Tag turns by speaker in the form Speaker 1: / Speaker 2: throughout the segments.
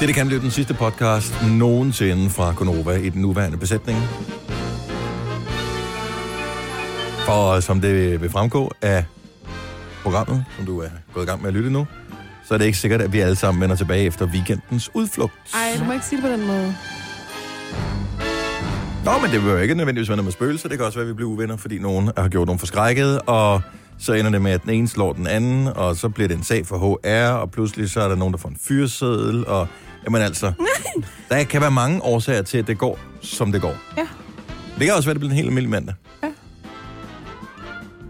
Speaker 1: Det, det kan blive den sidste podcast nogensinde fra Gonova i den nuværende besætning. For som det vil fremgå af programmet, som du er gået i gang med at lytte nu, så er det ikke sikkert, at vi alle sammen vender tilbage efter weekendens udflugt.
Speaker 2: Ej, du må ikke sige det på den måde.
Speaker 1: Nå, men det vil jo ikke nødvendigvis være noget med spøgelser. Det kan også være, at vi bliver uvenner, fordi nogen har gjort nogen forskrækket, og så ender det med, at den ene slår den anden, og så bliver det en sag for HR, og pludselig så er der nogen, der får en fyreseddel, og jamen altså, der kan være mange årsager til, at det går, som det går.
Speaker 2: Ja.
Speaker 1: Det kan også være, at det bliver en helt almindelig mandag. Ja.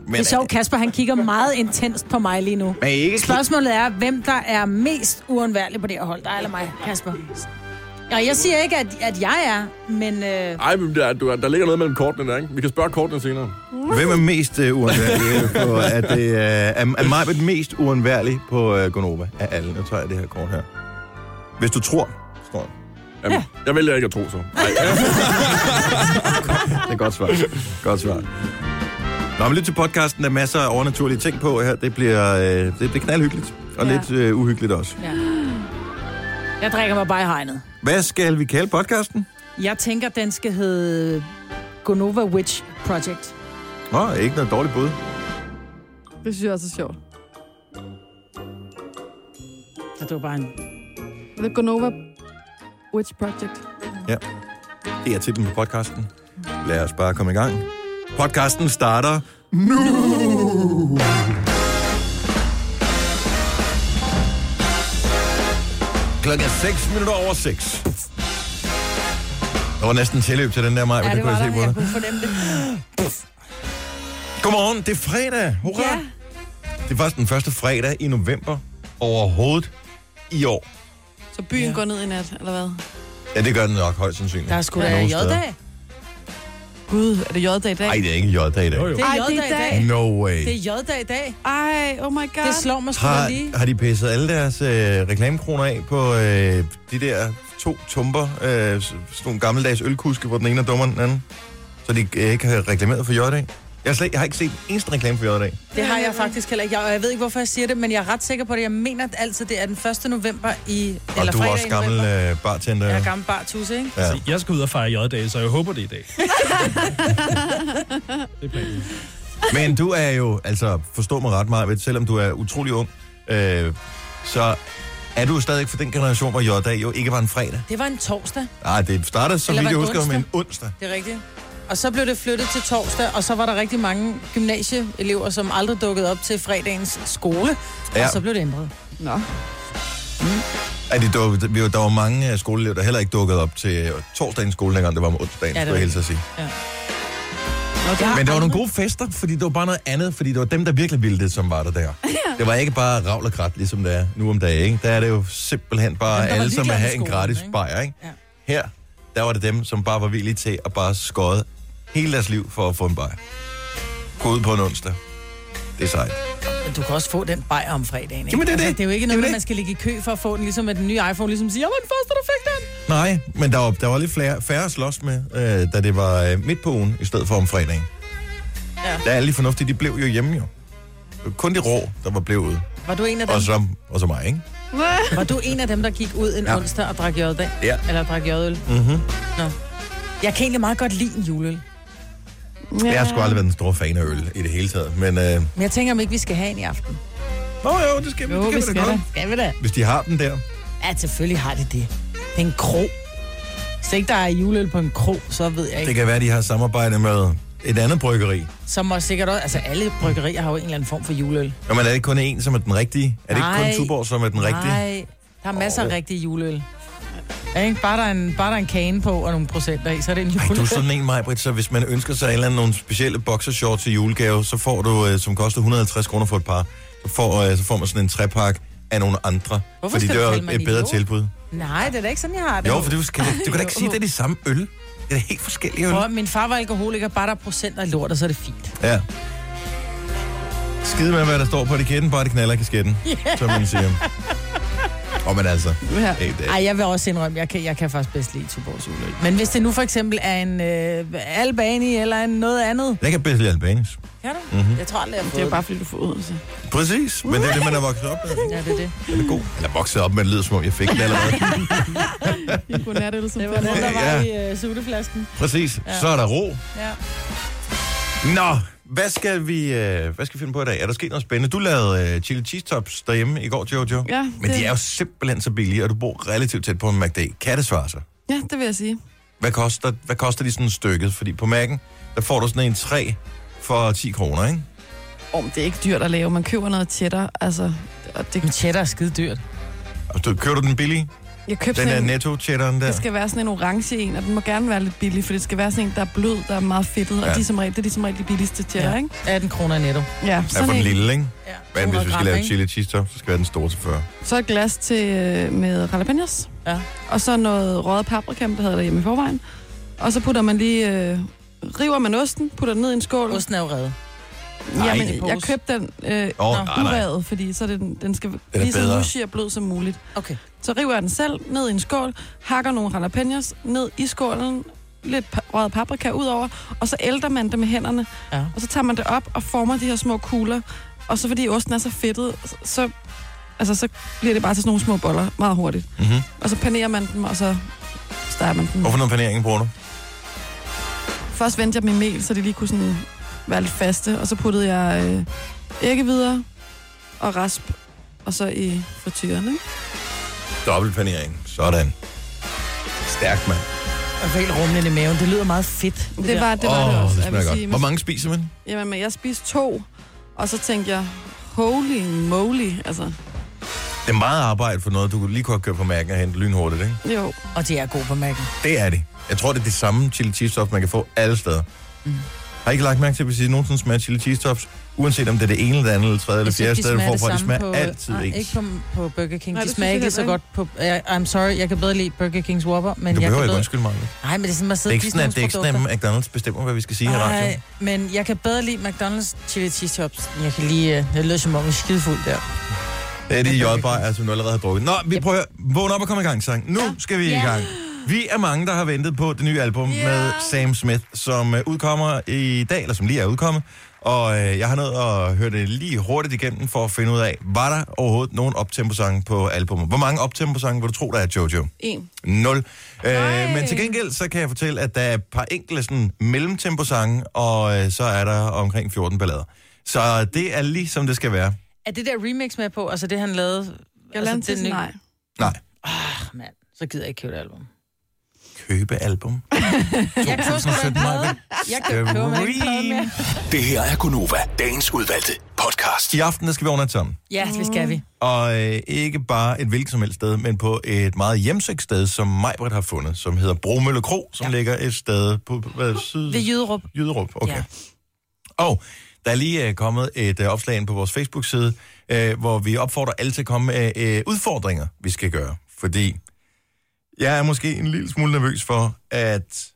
Speaker 1: Men,
Speaker 3: Det er sjovt, Kasper, han kigger meget intenst på mig lige nu.
Speaker 1: men I er ikke
Speaker 3: Spørgsmålet er, hvem der er mest uundværlig på det her hold, dig eller mig, Kasper? Og jeg siger ikke, at, at jeg er, men... Øh,
Speaker 4: Ej, men der, du, der ligger noget mellem kortene der, ikke? Vi kan spørge kortene senere.
Speaker 1: Hvem er mest uh, uundværlig på, at det uh, er, er mig mest uundværlig på uh, Gonova af alle? Nu tager jeg det her kort her. Hvis du tror, står der.
Speaker 4: Jamen, ja. Jeg vælger ikke at tro så. Ej,
Speaker 1: Det er godt svar. Godt svar. Nå, men lyt til podcasten. Der er masser af overnaturlige ting på her. Det bliver øh, det, det er knaldhyggeligt. Og ja.
Speaker 2: Ja.
Speaker 1: lidt øh, uhyggeligt også.
Speaker 3: ja. Jeg drikker mig bare i hegnet.
Speaker 1: Hvad skal vi kalde podcasten?
Speaker 3: Jeg tænker, den skal hedde Gonova Witch Project.
Speaker 1: Nå, ikke noget dårligt bud.
Speaker 2: Det synes jeg også er sjovt.
Speaker 3: Så det var bare en...
Speaker 2: The Gonova Witch Project.
Speaker 1: Det er titlen på podcasten. Lad os bare komme i gang. Podcasten starter nu! Klokken er 6 minutter over 6. Der var næsten tilløb til den der mig, men det kunne jeg se på dig.
Speaker 3: kunne fornemme det.
Speaker 1: Godmorgen, det er fredag. Hurra!
Speaker 2: Ja.
Speaker 1: Ja. Det er faktisk den første fredag i november overhovedet i år.
Speaker 2: Så byen
Speaker 3: Ja.
Speaker 2: går ned i nat, eller hvad?
Speaker 1: Ja, det gør den nok højst sandsynligt.
Speaker 3: Der er sgu da
Speaker 1: Nogle
Speaker 3: J-dag.
Speaker 1: steder.
Speaker 2: Gud, er det J-dag i dag?
Speaker 1: Nej, det er ikke J-dag i dag.
Speaker 4: Jo, jo.
Speaker 3: Det er
Speaker 2: Ej,
Speaker 3: J-dag i
Speaker 2: det er
Speaker 3: dag.
Speaker 2: dag.
Speaker 1: No way.
Speaker 3: Det er J-dag i dag.
Speaker 2: Ej, oh my god.
Speaker 3: Det slår mig sgu da lige.
Speaker 1: Har, har de pisset alle deres øh, reklamekroner af på øh, de der to tumper, øh, s- sådan nogle gammeldags ølkuske, hvor den ene er dummere end den anden? Så de øh, ikke har reklameret for J-dag? Jeg, har slet, jeg har ikke set en eneste reklame for J-dag.
Speaker 3: Det har jeg faktisk heller ikke. Jeg, og jeg ved ikke, hvorfor jeg siger det, men jeg er ret sikker på det. Jeg mener altid, det er den 1. november i...
Speaker 1: Og du er
Speaker 3: fredag i
Speaker 1: også gammel
Speaker 3: november.
Speaker 1: øh, bartender.
Speaker 3: Jeg er gammel bartus, ikke?
Speaker 1: Ja.
Speaker 5: Altså, jeg skal ud og fejre J-dag, så jeg håber det er i dag. det er planen.
Speaker 1: Men du er jo, altså forstå mig ret meget, selvom du er utrolig ung, øh, så er du jo stadig for den generation, hvor J-dag jo ikke var en fredag.
Speaker 3: Det var en torsdag,
Speaker 1: Nej, det startede, som
Speaker 3: Eller
Speaker 1: vi
Speaker 3: var
Speaker 1: jeg
Speaker 3: det
Speaker 1: husker, med en onsdag.
Speaker 3: det er rigtigt. Og så blev det flyttet til torsdag, og så var der rigtig mange gymnasieelever, som aldrig dukkede op til fredagens skole. Ja.
Speaker 1: Ja.
Speaker 3: Og så blev det ændret.
Speaker 2: Nå.
Speaker 1: At det duk, vi, var- der var mange øh, skoleelever, der heller ikke dukkede op til øh, torsdagens skole, dengang det var om onsdagen,
Speaker 3: Ja,
Speaker 1: ja,
Speaker 3: det var
Speaker 1: skulle jeg hilse at sige.
Speaker 2: Nå, det,
Speaker 1: Men der var nogle gode fester, fordi det var bare noget andet, fordi det var dem, der virkelig ville det, som var der der. Det var ikke bare ravl og krat, ligesom det er nu om dagen. Ikke? Der er det jo simpelthen bare
Speaker 3: Dem, der var
Speaker 1: alle, som vil
Speaker 3: ligeglade
Speaker 1: have
Speaker 3: med
Speaker 1: en
Speaker 3: skolen,
Speaker 1: gratis
Speaker 3: ikke?
Speaker 1: bajer. Ikke?
Speaker 3: Ja.
Speaker 1: Her, der var det dem, som bare var villige til at bare skåde hele deres liv for at få en bajer. Gå ud på en onsdag. Det er sejt.
Speaker 3: Men du kan også få den bajer om fredagen, ikke? Altså,
Speaker 1: Jamen, det er det.
Speaker 3: det er jo ikke
Speaker 1: Det er
Speaker 3: noget, med,
Speaker 1: det.
Speaker 3: man skal ligge i kø for at få den, ligesom med den nye iPhone, ligesom siger, jeg var den første, der fik den.
Speaker 1: Nej, men der var, der var lidt flere, færre at slås med, øh, da det var øh, midt på ugen, i stedet for om fredagen.
Speaker 3: Ja.
Speaker 1: Der er alle de fornuftige, de blev jo hjemme jo. Det var Kun de rå, der var blevet ude.
Speaker 3: Var du en af dem,
Speaker 1: Og så, og så mig, ikke?
Speaker 3: var du en af dem der gik ud en ja. onsdag og drak jøddag?
Speaker 1: Ja.
Speaker 3: Eller drak jødøl? Mm-hmm. Nå. Jeg kan egentlig meget godt lide en juleøl.
Speaker 1: Jeg har sgu aldrig været den store fan af øl i det hele taget, men... Øh...
Speaker 3: Men jeg tænker, om ikke vi skal have en i aften.
Speaker 1: Nå jo, det skal vi, det skal vi da godt.
Speaker 3: Skal vi da?
Speaker 1: Hvis de har den der.
Speaker 3: Ja, selvfølgelig har de det. Det er en krog. Hvis ikke der er juleøl på en krog, så ved jeg
Speaker 1: Det
Speaker 3: ikke.
Speaker 1: kan være, de har samarbejde med et andet bryggeri.
Speaker 3: Som også sikkert også... Altså, alle bryggerier har jo en eller anden form for juleøl.
Speaker 1: Nå, men er det ikke kun én, som er den rigtige? Er det ikke
Speaker 3: Nej.
Speaker 1: kun Tuborg, som er den rigtige?
Speaker 3: Nej, der er masser af rigtige juleøl. Ja, ikke? Bare, der er en, bare der er en kane på og nogle procenter i, så er det en
Speaker 1: Ej, du er
Speaker 3: juleøl.
Speaker 1: sådan en, Majbrit, så hvis man ønsker sig en eller anden, nogle specielle boxershorts i julegave, så får du, øh, som koster 150 kroner for et par, så får, øh, så får man sådan en trepak af nogle andre.
Speaker 3: Hvorfor
Speaker 1: fordi
Speaker 3: skal
Speaker 1: det
Speaker 3: du
Speaker 1: er
Speaker 3: kalde mig
Speaker 1: et bedre
Speaker 3: idiot?
Speaker 1: tilbud.
Speaker 3: Nej, det er da ikke sådan, jeg har det.
Speaker 1: Jo, for du, skal, du kan da ikke
Speaker 3: Jo.
Speaker 1: sige, at det er de samme øl. Det er da helt forskellige øl.
Speaker 3: Prøv, at- min far var alkoholiker, bare der er procenter i lort, og så er det fint.
Speaker 1: Ja. Skide med, hvad der står på etiketten, bare det knaller kasketten, yeah. som man siger. Og men altså,
Speaker 2: Ja.
Speaker 1: hey, det,
Speaker 3: Ej, jeg vil også indrømme, jeg kan, jeg kan faktisk bedst lide Tuborgs Ulykke. Men hvis det nu for eksempel er en øh, Albani eller en noget andet.
Speaker 1: jeg kan bedst lide Albanis.
Speaker 3: Kan du? Mm-hmm. Jeg tror aldrig, jeg har
Speaker 2: Det er jo bare, fordi du får ud. Så.
Speaker 1: Mhm. Præcis, men det er det, man er vokset op med. ikke?
Speaker 3: Ja, det er det.
Speaker 1: Den er god. Eller vokset op med, det lyder som om, jeg fik den allerede.
Speaker 2: Godnat, eller sådan
Speaker 3: Det var den, der var
Speaker 1: Ja.
Speaker 3: i øh, sutteflasken.
Speaker 1: Præcis, så er der ro.
Speaker 3: Ja.
Speaker 1: Nå, hvad skal vi øh, hvad skal vi finde på i dag? Er der sket noget spændende? Du lavede øh, chili cheese tops derhjemme i går, Jojo.
Speaker 2: Ja,
Speaker 1: Men
Speaker 2: det-
Speaker 1: de er jo simpelthen så billige, og du bor relativt tæt på en McD. Kan det svare sig?
Speaker 2: Ja, det vil jeg sige.
Speaker 1: Hvad koster, hvad koster de sådan stykket? Fordi på Mac'en, der får du sådan en 3 for 10 kroner, ikke?
Speaker 2: Om det er ikke dyrt at lave. Man køber noget tættere. Altså, og det,
Speaker 3: Men cheddar er skide dyrt.
Speaker 1: Og Altså, du, kører du den billige?
Speaker 2: jeg købte
Speaker 1: Den
Speaker 2: sådan
Speaker 1: er
Speaker 2: en-
Speaker 1: netto cheddaren der?
Speaker 2: Det skal være sådan en orange en, og den må gerne være lidt billig, for det skal være sådan en, der er blød, der er meget fedtet, ja.
Speaker 1: Ja.
Speaker 2: og de er som regel, det er de som regel de billigste til, ja. ikke?
Speaker 3: 18 kroner netto.
Speaker 2: Ja,
Speaker 1: Ja, for
Speaker 2: sådan
Speaker 1: den
Speaker 2: en.
Speaker 1: lille, ikke?
Speaker 3: Ja.
Speaker 1: Men hvis
Speaker 3: 200
Speaker 1: vi skal
Speaker 3: gram,
Speaker 1: lave
Speaker 3: ikke?
Speaker 1: chili cheese top, så skal være den store til 40.
Speaker 2: Så et glas til, øh, med jalapenos.
Speaker 3: Ja.
Speaker 2: Og så noget røget paprika, det hedder derhjemme i forvejen. Og så putter man lige... Øh, river man osten, putter den ned i en skål.
Speaker 3: Osten er jo reddet.
Speaker 1: Nej,
Speaker 2: Jamen,
Speaker 1: i
Speaker 2: jeg
Speaker 3: pose.
Speaker 2: købte den øh,
Speaker 1: Åh,
Speaker 3: Nå,
Speaker 1: nej, nej.
Speaker 2: urevet, fordi så er det, den, den skal den lige så
Speaker 1: bedre.
Speaker 2: mushy og blød som muligt.
Speaker 3: Okay.
Speaker 2: Så river jeg den selv ned i en skål, hakker nogle jalapenos ned i skålen, lidt pa- røget paprika ud over, og så ælter man det med hænderne.
Speaker 3: Ja.
Speaker 2: Og så tager man det op og former de her små kugler. Og så fordi osten er så fedtet, så, altså, så bliver det bare til sådan nogle små boller meget hurtigt.
Speaker 1: Mm-hmm.
Speaker 2: Og så panerer man dem, og så steger man dem.
Speaker 1: Hvorfor noget panering bruger du?
Speaker 2: Først vendte jeg dem i mel, så de lige kunne sådan være lidt faste. Og så puttede jeg øh, æggevidere og rasp, og så i frityren, ikke?
Speaker 1: Dobbelt panering. Sådan. Stærkt, mand.
Speaker 3: Og helt rumlen i maven. Det lyder meget fedt.
Speaker 2: Det var det, var det
Speaker 1: Åh,
Speaker 2: også.
Speaker 1: Det
Speaker 2: jeg vil
Speaker 1: smager godt.
Speaker 2: sige.
Speaker 1: Hvor mange spiser man?
Speaker 2: Jamen, men jeg spiste to, og så tænkte jeg, holy moly, altså,
Speaker 1: Det er meget arbejde for noget, du lige kunne have kørt på mærken og hente lynhurtigt, ikke?
Speaker 2: jo.
Speaker 3: Og de er gode på mærken.
Speaker 1: Det er det. Jeg tror, det er det samme chili cheese tops, man kan få alle steder.
Speaker 3: Mm.
Speaker 1: Har I ikke lagt mærke til, hvis I nogensinde smager chili cheese tops? Uanset om det er det ene, eller det andet, eller tredje, eller fjerde sted, du får fra, de smager altid
Speaker 3: nej,
Speaker 1: ens.
Speaker 3: Ikke på, på Burger King.
Speaker 2: Nej,
Speaker 3: Nej, de
Speaker 2: det
Speaker 3: smager
Speaker 2: synes
Speaker 3: ikke
Speaker 2: jeg
Speaker 3: så
Speaker 2: heller
Speaker 3: godt på... Jeg, I'm sorry, jeg kan bedre lide Burger Kings Whopper, men
Speaker 1: Du
Speaker 3: jeg
Speaker 1: behøver
Speaker 3: kan
Speaker 1: ikke
Speaker 3: bedre...
Speaker 1: undskylde mig. Det
Speaker 3: Nej, men det er sådan, at
Speaker 1: er
Speaker 3: sidde og
Speaker 1: ikke
Speaker 3: spise
Speaker 1: sådan, at,
Speaker 3: nogle
Speaker 1: det er ikke sådan,
Speaker 3: produkter.
Speaker 1: at McDonald's bestemmer, hvad vi skal sige her i radioen.
Speaker 3: Nej, men jeg kan bedre lide McDonald's chili cheese tops. Jeg kan lige... øh, Jeg lød som om, jeg er skidefuld der.
Speaker 1: Det er de jodbejer, som du allerede har drukket. Nå, vi prøver at vågne op og komme i gang, sang. Nu skal vi i gang. Vi er mange, der har ventet på det nye album yeah. med Sam Smith, som øh, udkommer i dag, eller som lige er udkommet. Og øh, jeg har nået at høre det lige hurtigt igennem for at finde ud af, var der overhovedet nogen optemposange på albumet? Hvor mange optemposange vil du tro, der er, Jojo?
Speaker 2: En.
Speaker 1: Nul. Øh, men til gengæld, så kan jeg fortælle, at der er et par enkelte sådan, mellemtemposange, og øh, så er der omkring 14 ballader. Så det er lige som det skal være.
Speaker 3: Er det der remix med på? Altså det, han lavede...
Speaker 2: Jeg lader
Speaker 3: altså,
Speaker 2: altså,
Speaker 3: det nye-
Speaker 2: nej.
Speaker 1: Nej,
Speaker 3: Ah, mand. Så gider jeg ikke købe det album.
Speaker 1: købe album.
Speaker 3: Jeg køber sgu da en plade. Jeg kan købe mig en plade mere.
Speaker 6: Det her er Gunova, dagens udvalgte podcast.
Speaker 1: I aften der skal vi overnatte sammen.
Speaker 3: Ja, det skal vi.
Speaker 1: Og øh, ikke bare et hvilket som helst sted, men på et meget hjemsøgt sted, som Majbrit har fundet, som hedder Bromølle Kro, som ja. ligger et sted på hvad, syd...
Speaker 3: Ved Jyderup.
Speaker 1: Jyderup, okay. Ja.
Speaker 3: Ja.
Speaker 1: Og der er lige øh, kommet et øh, opslag ind på vores Facebook-side, øh, hvor vi opfordrer alle til at komme med øh, udfordringer, vi skal gøre. Fordi jeg er måske en lille smule nervøs for, at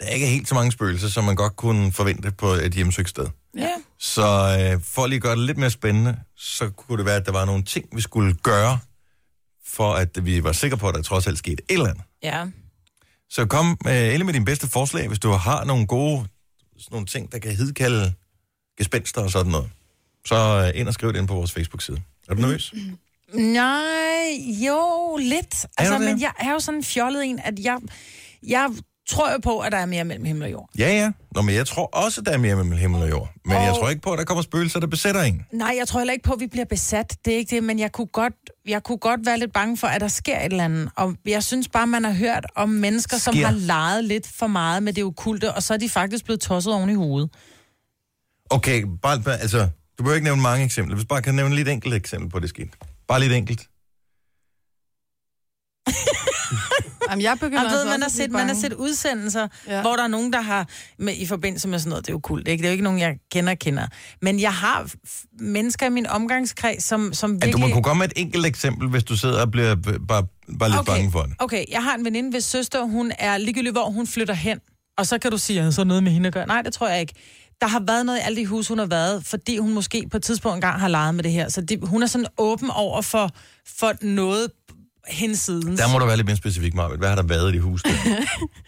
Speaker 1: der ikke er helt så mange spøgelser, som man godt kunne forvente på et hjemsøgt sted.
Speaker 3: Ja.
Speaker 1: Så øh, for lige at gøre det lidt mere spændende, så kunne det være, at der var nogle ting, vi skulle gøre, for at vi var sikre på, at der trods alt skete et eller andet.
Speaker 3: Ja.
Speaker 1: Så kom øh, endelig med dine bedste forslag, hvis du har nogle gode sådan nogle ting, der kan hidkalde gespenster og sådan noget. Så øh, ind og skriv det ind på vores Facebook-side. Er du nervøs?
Speaker 3: Nej, jo, lidt.
Speaker 1: Er
Speaker 3: Altså,
Speaker 1: du det?
Speaker 3: men jeg er jo sådan en fjollet en, at jeg, jeg tror jo på, at der er mere mellem himmel og jord.
Speaker 1: Ja, ja. Nå, men jeg tror også, der er mere mellem himmel og jord. Men jeg
Speaker 3: Og-
Speaker 1: tror ikke på, at der kommer spøgelser, der besætter en.
Speaker 3: Nej, jeg tror heller ikke på, at vi bliver besat. Det er ikke det, men jeg kunne godt, jeg kunne godt være lidt bange for, at der sker et eller andet. Og jeg synes bare, man har hørt om mennesker, som
Speaker 1: Sker.
Speaker 3: har leget lidt for meget med det okulte, og så er de faktisk blevet tosset oven i hovedet.
Speaker 1: Okay, bare, bare- altså, du behøver ikke nævne mange eksempler. Hvis du bare kan nævne lidt enkelt eksempel på, at det skete. Bare lidt enkelt.
Speaker 2: Jamen, jeg begynder
Speaker 3: Man ved,
Speaker 2: altså
Speaker 3: man
Speaker 2: også
Speaker 3: har,
Speaker 2: at blive
Speaker 3: set, man har
Speaker 2: bange.
Speaker 3: set udsendelser,
Speaker 2: Ja.
Speaker 3: ja. hvor der er nogen, der har med, i forbindelse med sådan noget, det er jo kult, ikke? Det er jo ikke nogen, jeg kender, kender. Men jeg har f- mennesker i min omgangskreds, som, som
Speaker 1: Ja,
Speaker 3: virkelig...
Speaker 1: du må kunne komme med et enkelt eksempel, hvis du sidder og bliver b- bare, bare lidt okay. bange for det.
Speaker 3: Okay, jeg har en veninde, hvis søster, hun er ligegyldig, hvor hun flytter hen. Og så kan du sige, at så er noget med hende at gøre. Nej, det tror jeg ikke. der har været noget i alle de hus, hun har været, fordi hun måske på et tidspunkt engang har leget med det her. Så det, hun er sådan åben over for, for noget hensidens.
Speaker 1: Der må du være lidt mere specifik, Marvind. Hvad har der været i de hus? Der?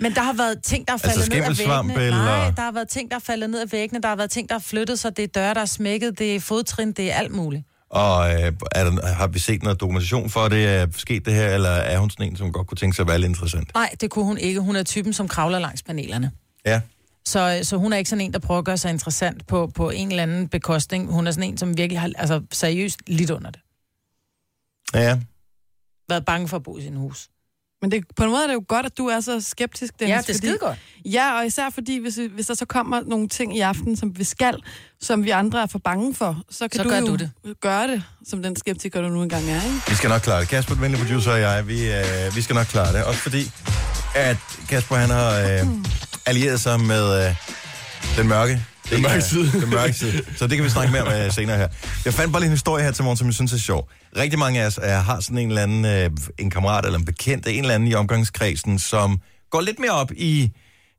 Speaker 3: Men der har været ting, der er faldet
Speaker 1: Altså
Speaker 3: altså, ned af
Speaker 1: skimmelsvamp
Speaker 3: væggene.
Speaker 1: eller-
Speaker 3: Nej, der har været ting, der er faldet ned af væggene. Der har været ting, der er flyttet sig. Det er døre, der er smækket. Det er fodtrin. Det er alt muligt.
Speaker 1: Og øh, er der, har vi set noget dokumentation for, at det er sket det her, eller er hun sådan en, som godt kunne tænke sig at være lidt interessant?
Speaker 3: Nej, det kunne hun ikke. Hun er typen, som kravler langs panelerne.
Speaker 1: Ja.
Speaker 3: Så, så hun er ikke sådan en, der prøver at gøre sig interessant på, på en eller anden bekostning. Hun er sådan en, som virkelig har altså, seriøst lidt under det.
Speaker 1: Ja, Ja.
Speaker 3: Været bange for at bo i sin hus.
Speaker 2: Men det, på en måde er det jo godt, at du er så skeptisk, Dennis. fordi-
Speaker 3: godt.
Speaker 2: Ja, og især fordi, hvis, hvis der så kommer nogle ting i aften, som vi skal, som vi andre er for bange for, så kan
Speaker 3: Så
Speaker 2: du
Speaker 3: gør
Speaker 2: jo
Speaker 3: du
Speaker 2: gøre det, som den skeptiker, du nu engang er. Ikke?
Speaker 1: Vi skal nok klare det. Kasper, den venlige producer og jeg, vi, øh, vi skal nok klare det. Også fordi, at Kasper han har øh, allieret sig med øh, den mørke. Den
Speaker 4: mørke side.
Speaker 1: Den mørke side. Så det kan vi snakke mere om øh, senere her. Jeg fandt bare lige en historie her til morgen, som jeg synes er sjov. Rigtig mange af os øh, har sådan en eller anden øh, en kammerat eller en bekendt, en eller anden i omgangskredsen, som går lidt mere op i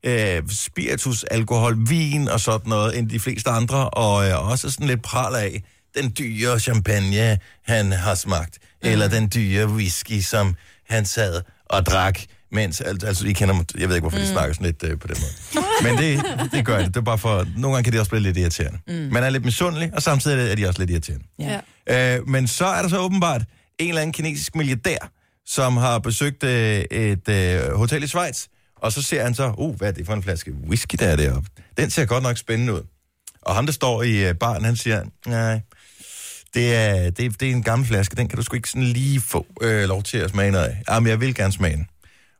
Speaker 1: øh, spiritus, alkohol, vin og sådan noget, end de fleste andre, og øh, også sådan lidt pral af den dyre champagne, han har smagt,
Speaker 4: Mhm.
Speaker 1: mm. eller den dyre whisky, som han sad og drak, mens, al- altså I kender, mig- jeg ved ikke, hvorfor mm.
Speaker 4: Mhm.
Speaker 1: de snakker sådan lidt øh, på den måde. Men det, det gør det. Det er bare for, nogle gange kan det også blive lidt irriterende. Mm. Man er lidt misundelig, og samtidig er de også lidt irriterende.
Speaker 3: Ja.
Speaker 2: Ja.
Speaker 3: ja.
Speaker 1: Øh, men så er der så åbenbart en eller anden kinesisk milliardær, som har besøgt øh, et øh, hotel i Schweiz, og så ser han så, uh, hvad er det for en flaske whisky, der er deroppe? Den ser godt nok spændende ud. Og ham, der står i øh, baren, han siger, nej, det er, det, er- det er en gammel flaske, den kan du sgu ikke sådan lige få øh, lov til at smage noget af. Jamen, jeg vil gerne smage den.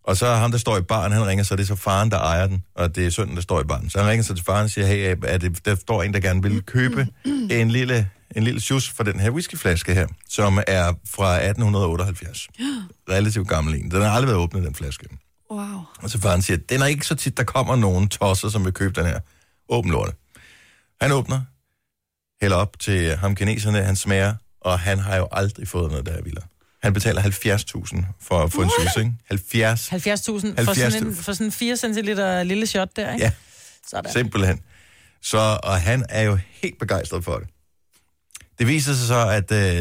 Speaker 1: Og så er ham, der står i baren, han ringer, så det er så faren, der ejer den, og det er sønnen, der står i baren. Så han ringer så til faren og siger, hey, øh, er det, der står en, der gerne vil købe en lille, en lille juice fra den her whiskyflaske her, som er fra 1878. Relativt gammel en. Den har aldrig været åbnet, den flaske.
Speaker 2: Wow.
Speaker 1: Og så faren siger, den er ikke så tit, der kommer nogen tosser, som vil købe den her. Åbn lortet. Han åbner, hælder op til ham kineserne, han smager, og han har jo aldrig fået noget, der er vildere. Han betaler 70.000 for at få en juice, ikke? 70
Speaker 3: 70.000 for, sådan en, for sådan en 4 cm lille shot der, ikke?
Speaker 1: Ja.
Speaker 3: Sådan.
Speaker 1: Simpelthen. Så, og han er jo helt begejstret for det. Det viser sig så, at øh,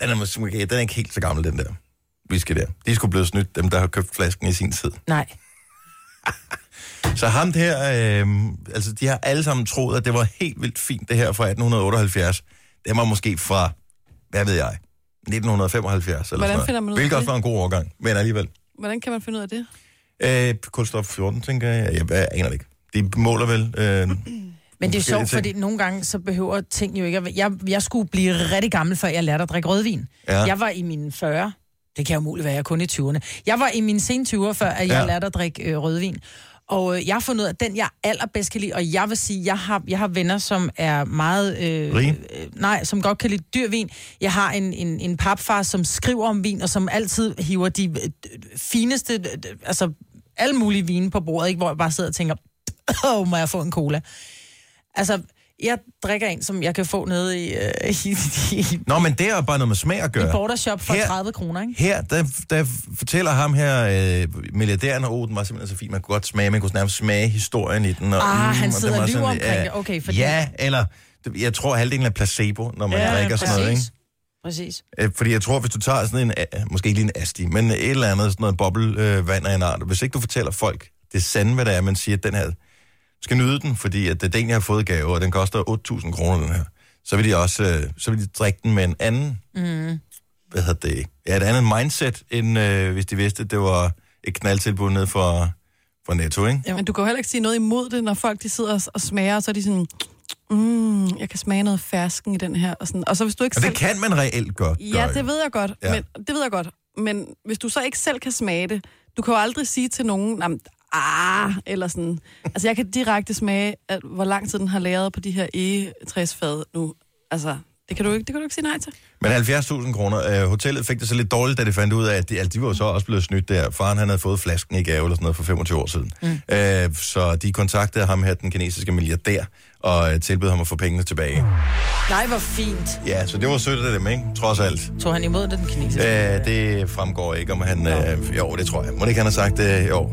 Speaker 1: den, er, måske- den er ikke helt så gammel, den der whisky der. De skulle blevet snydt, dem der har købt flasken i sin tid.
Speaker 3: Nej.
Speaker 1: Så ham her, øh, altså de har alle sammen troet, at det var helt vildt fint det her fra 1878. Det var måske fra, hvad ved jeg, 1975 eller
Speaker 2: Hvordan
Speaker 1: sådan
Speaker 2: finder man ud af
Speaker 1: Hvilket
Speaker 2: det?
Speaker 1: også var en god årgang, men alligevel.
Speaker 2: Hvordan kan man finde ud af det?
Speaker 1: Øh, kulstof 14, tænker jeg. Jeg, jeg aner det ikke. De måler vel... Øh,
Speaker 3: Men det er
Speaker 1: forskellige
Speaker 3: sjovt,
Speaker 1: ting.
Speaker 3: fordi nogle gange så behøver ting jo ikke at... være- Jeg, jeg skulle blive rigtig gammel, før jeg lærte at drikke rødvin.
Speaker 1: Ja.
Speaker 3: Ja. Jeg var i mine 40. Det kan jo muligt være, jeg er kun i 20'erne. Jeg var i mine sene 20'er, før at jeg
Speaker 1: Ja.
Speaker 3: ja. lærte at drikke øh, rødvin. Og øh, jeg har fundet ud af, at den jeg allerbedst kan lide, og jeg vil sige, jeg har, jeg har venner, som er meget... Øh,
Speaker 1: Rige?
Speaker 3: Øh, nej, som godt kan lide dyr vin. Jeg har en, en, en papfar, som skriver om vin, og som altid hiver de øh, fineste, øh, altså alle mulige vine på bordet, ikke? hvor jeg bare sidder og tænker, åh, må jeg få en cola? Altså, jeg drikker en, som jeg kan få nede i, øh, i, i, i
Speaker 1: Nå, men det er jo bare noget med smag at gøre.
Speaker 3: bordershop for
Speaker 1: Her-
Speaker 3: 30 kroner, ikke?
Speaker 1: Her, der, der fortæller ham her, øh, milliardæren, og oh, den var simpelthen så fin, man kunne godt smage, man kunne nærmest smage historien i den. Og, mm,
Speaker 3: Ah, han
Speaker 1: og den
Speaker 3: sidder og
Speaker 1: var
Speaker 3: lyver
Speaker 1: sådan,
Speaker 3: omkring
Speaker 1: øh,
Speaker 3: det. Okay, fordi-
Speaker 1: Ja, eller det- jeg tror, halvdelen er placebo, når man ja, drikker sådan noget, ikke?
Speaker 3: Præcis.
Speaker 1: Øh, Fordi jeg tror, hvis du tager sådan en, øh, måske ikke lige en asti, men et eller andet, sådan noget boblevand af en art, hvis ikke du fortæller folk det sande, hvad det er, man siger, at den her, du skal nyde den, fordi at det er den, jeg har fået i gave, og den koster 8.000 kroner, den her, så vil de også, øh, så vil de drikke den med en anden, mm. hvad hedder det, ja, et andet mindset, end øh, hvis de vidste, at det var et knaldtilbud ned for, for Netto, ikke?
Speaker 2: Men du kan jo heller ikke sige noget imod det, når folk de sidder og- og smager, og så er de sådan, mm, jeg kan smage noget fersken i den her. Og, sådan. og så hvis du ikke
Speaker 1: Og
Speaker 2: selv...
Speaker 1: det kan man reelt godt
Speaker 2: Ja,
Speaker 1: gøre, jo.
Speaker 2: det ved jeg godt.
Speaker 1: Ja.
Speaker 2: Ja. Men, det ved jeg godt. Men hvis du så ikke selv kan smage det, du kan jo aldrig sige til nogen, "Nå, men, ah, eller sådan. Altså, jeg kan direkte smage, at, hvor lang tid den har læret på de her egetræsfad nu. Altså, det kan, du ikke, det kan du ikke sige nej til.
Speaker 1: Men 70.000 kroner. Øh, hotellet fik det så lidt dårligt, da de fandt ud af, at de, altså, de var jo så også blevet snydt der. Faren han havde fået flasken i gave eller sådan noget for 25 år siden. Mm. Øh, så de kontaktede ham her, den kinesiske milliardær, og øh, tilbød ham at få pengene tilbage.
Speaker 3: Nej, hvor fint.
Speaker 1: Ja, så det var sødt af dem, ikke? Trods alt.
Speaker 3: Tog han imod det, den kinesiske?
Speaker 1: Øh, det fremgår ikke, om han... Øh, jo, det tror jeg. Må det ikke, han har sagt det? Øh, jo.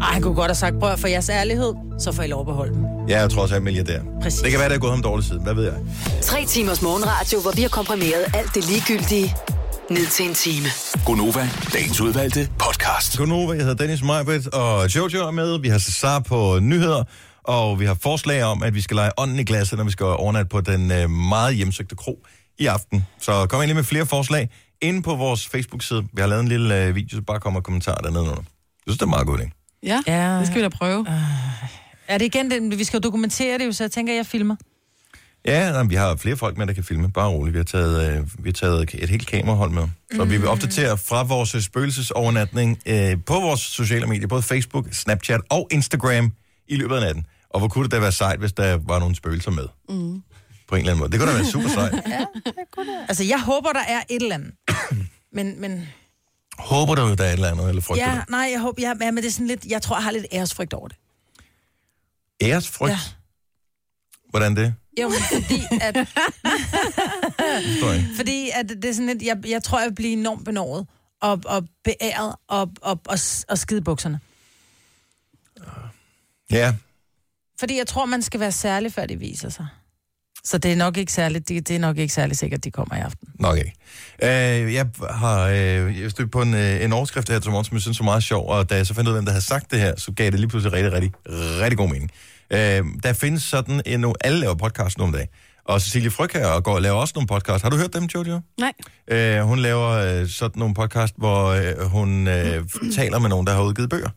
Speaker 3: Ej, han kunne godt have sagt, prøv at- for jeres ærlighed, så får I lov at beholde den.
Speaker 1: Jeg er trods alt milliardær.
Speaker 3: Præcis.
Speaker 1: Det kan være, det er gået ham dårligt siden. Hvad ved jeg?
Speaker 7: Tre timers morgenradio, hvor vi har komprimeret alt det ligegyldige ned til en time.
Speaker 6: Gonova, dagens udvalgte podcast.
Speaker 1: Godnova, jeg hedder Dennis Meibert, og Jojo er med. Vi har Cesar på nyheder, og vi har forslag om, at vi skal lege ånden i glasset, når vi skal overnatte på den øh, meget hjemsøgte kro i aften. Så kom ind lige med flere forslag inde på vores Facebook-side. Vi har lavet en lille øh, video, så bare kom og kommentar dernede under. Jeg synes, det er en meget godt, ikke?
Speaker 2: Ja,
Speaker 3: Ja. Øh.
Speaker 2: ja, det skal vi da prøve.
Speaker 3: Er det igen den, vi skal jo dokumentere det jo, så jeg tænker, at jeg filmer.
Speaker 1: Ja, nej, vi har flere folk med, der kan filme. Bare roligt. Vi har taget, øh, vi har taget et helt kamerahold med. Så vi vil opdatere fra vores øh, spøgelsesovernatning øh, på vores sociale medier, både Facebook, Snapchat og Instagram i løbet af natten. Og hvor kunne det da være sejt, hvis der var nogle spøgelser med? Mm. På en eller anden måde. Det kunne da være super sejt.
Speaker 3: Altså, jeg håber, der er et eller andet. Men, men
Speaker 1: Håber du, der er et eller andet, eller frygter ja.
Speaker 3: ja, nej, jeg håber, ja, ja, men det er sådan lidt, jeg tror, jeg har lidt æresfrygt over det.
Speaker 1: du? Æresfrygt? Ja.
Speaker 3: Ja.
Speaker 1: Hvordan det?
Speaker 3: Jo, men fordi at,
Speaker 1: Det Forstår jeg ikke.
Speaker 3: fordi at det er sådan lidt, jeg, jeg tror, jeg bliver enormt benåret og, og beæret og, og, og, og skide i bukserne.
Speaker 1: Ja,
Speaker 3: Fordi jeg tror, man skal være særlig, før de viser sig. Så det er nok ikke særligt, det, det er nok ikke særlig sikkert, de kommer i aften.
Speaker 1: Nok ikke. Øh, jeg har øh, jeg stødt på en, øh, en overskrift her til morgen, som jeg synes er meget sjov, og da jeg så fandt ud af, hvem der havde sagt det her, så gav det lige pludselig rigtig, rigtig, rigtig god mening. Øh, der findes sådan en... no- Alle laver podcast nogle dage. Og Cecilie Fryg her går og laver også nogle podcast. Har du hørt dem, Jojo?
Speaker 2: Nej.
Speaker 1: Øh, hun laver øh, sådan nogle podcast, hvor øh, hun øh, taler med nogen, der har udgivet bøger.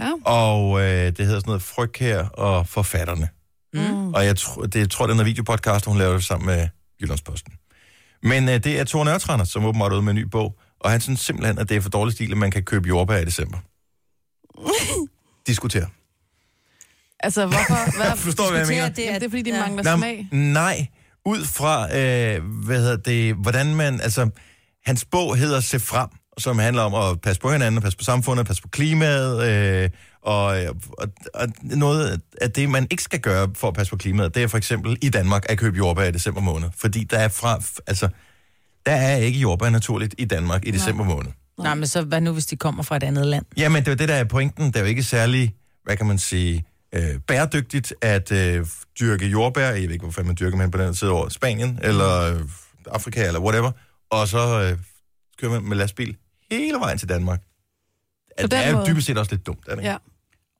Speaker 2: Ja.
Speaker 1: Og øh, det hedder sådan noget Fryg her og forfatterne. Mm. Og jeg, tr- det, jeg tror, det er noget videopodcast, hun laver det sammen med Jyllandsposten. Men øh, det er Thor Nørtrand, som åbenbart er ude med en ny bog, og han synes simpelthen, at det er for dårlig stil, at man kan købe jordbær i december. Diskuter.
Speaker 2: Altså, hvorfor? Hvad,
Speaker 1: Forstår du, hvad jeg
Speaker 2: Diskuterer
Speaker 1: mener?
Speaker 2: Det, Jamen, det er, fordi de ja. mangler
Speaker 1: Nå,
Speaker 2: smag.
Speaker 1: nej, ud fra, øh, hvad hedder det, hvordan man, altså, hans bog hedder Se frem, som handler om at passe på hinanden, passe på samfundet, passe på klimaet, øh, og, og, og noget af det, man ikke skal gøre for at passe på klimaet, det er for eksempel i Danmark at købe jordbær i december måned, fordi der er fra, altså, der er ikke jordbær naturligt i Danmark i december måned.
Speaker 3: Nej. Nej, men så hvad nu, hvis de kommer fra et andet land?
Speaker 1: Jamen, det er jo det, der er pointen. Det er jo ikke særlig, hvad kan man sige, øh, bæredygtigt at øh, dyrke jordbær. Jeg ved ikke, hvor fanden man dyrker man på den her side over Spanien, eller øh, Afrika, eller whatever. Og så øh, kører man med lastbil hele vejen til Danmark.
Speaker 2: den
Speaker 1: det er jo
Speaker 2: måde.
Speaker 1: dybest set også lidt dumt, er det ikke?
Speaker 2: Ja.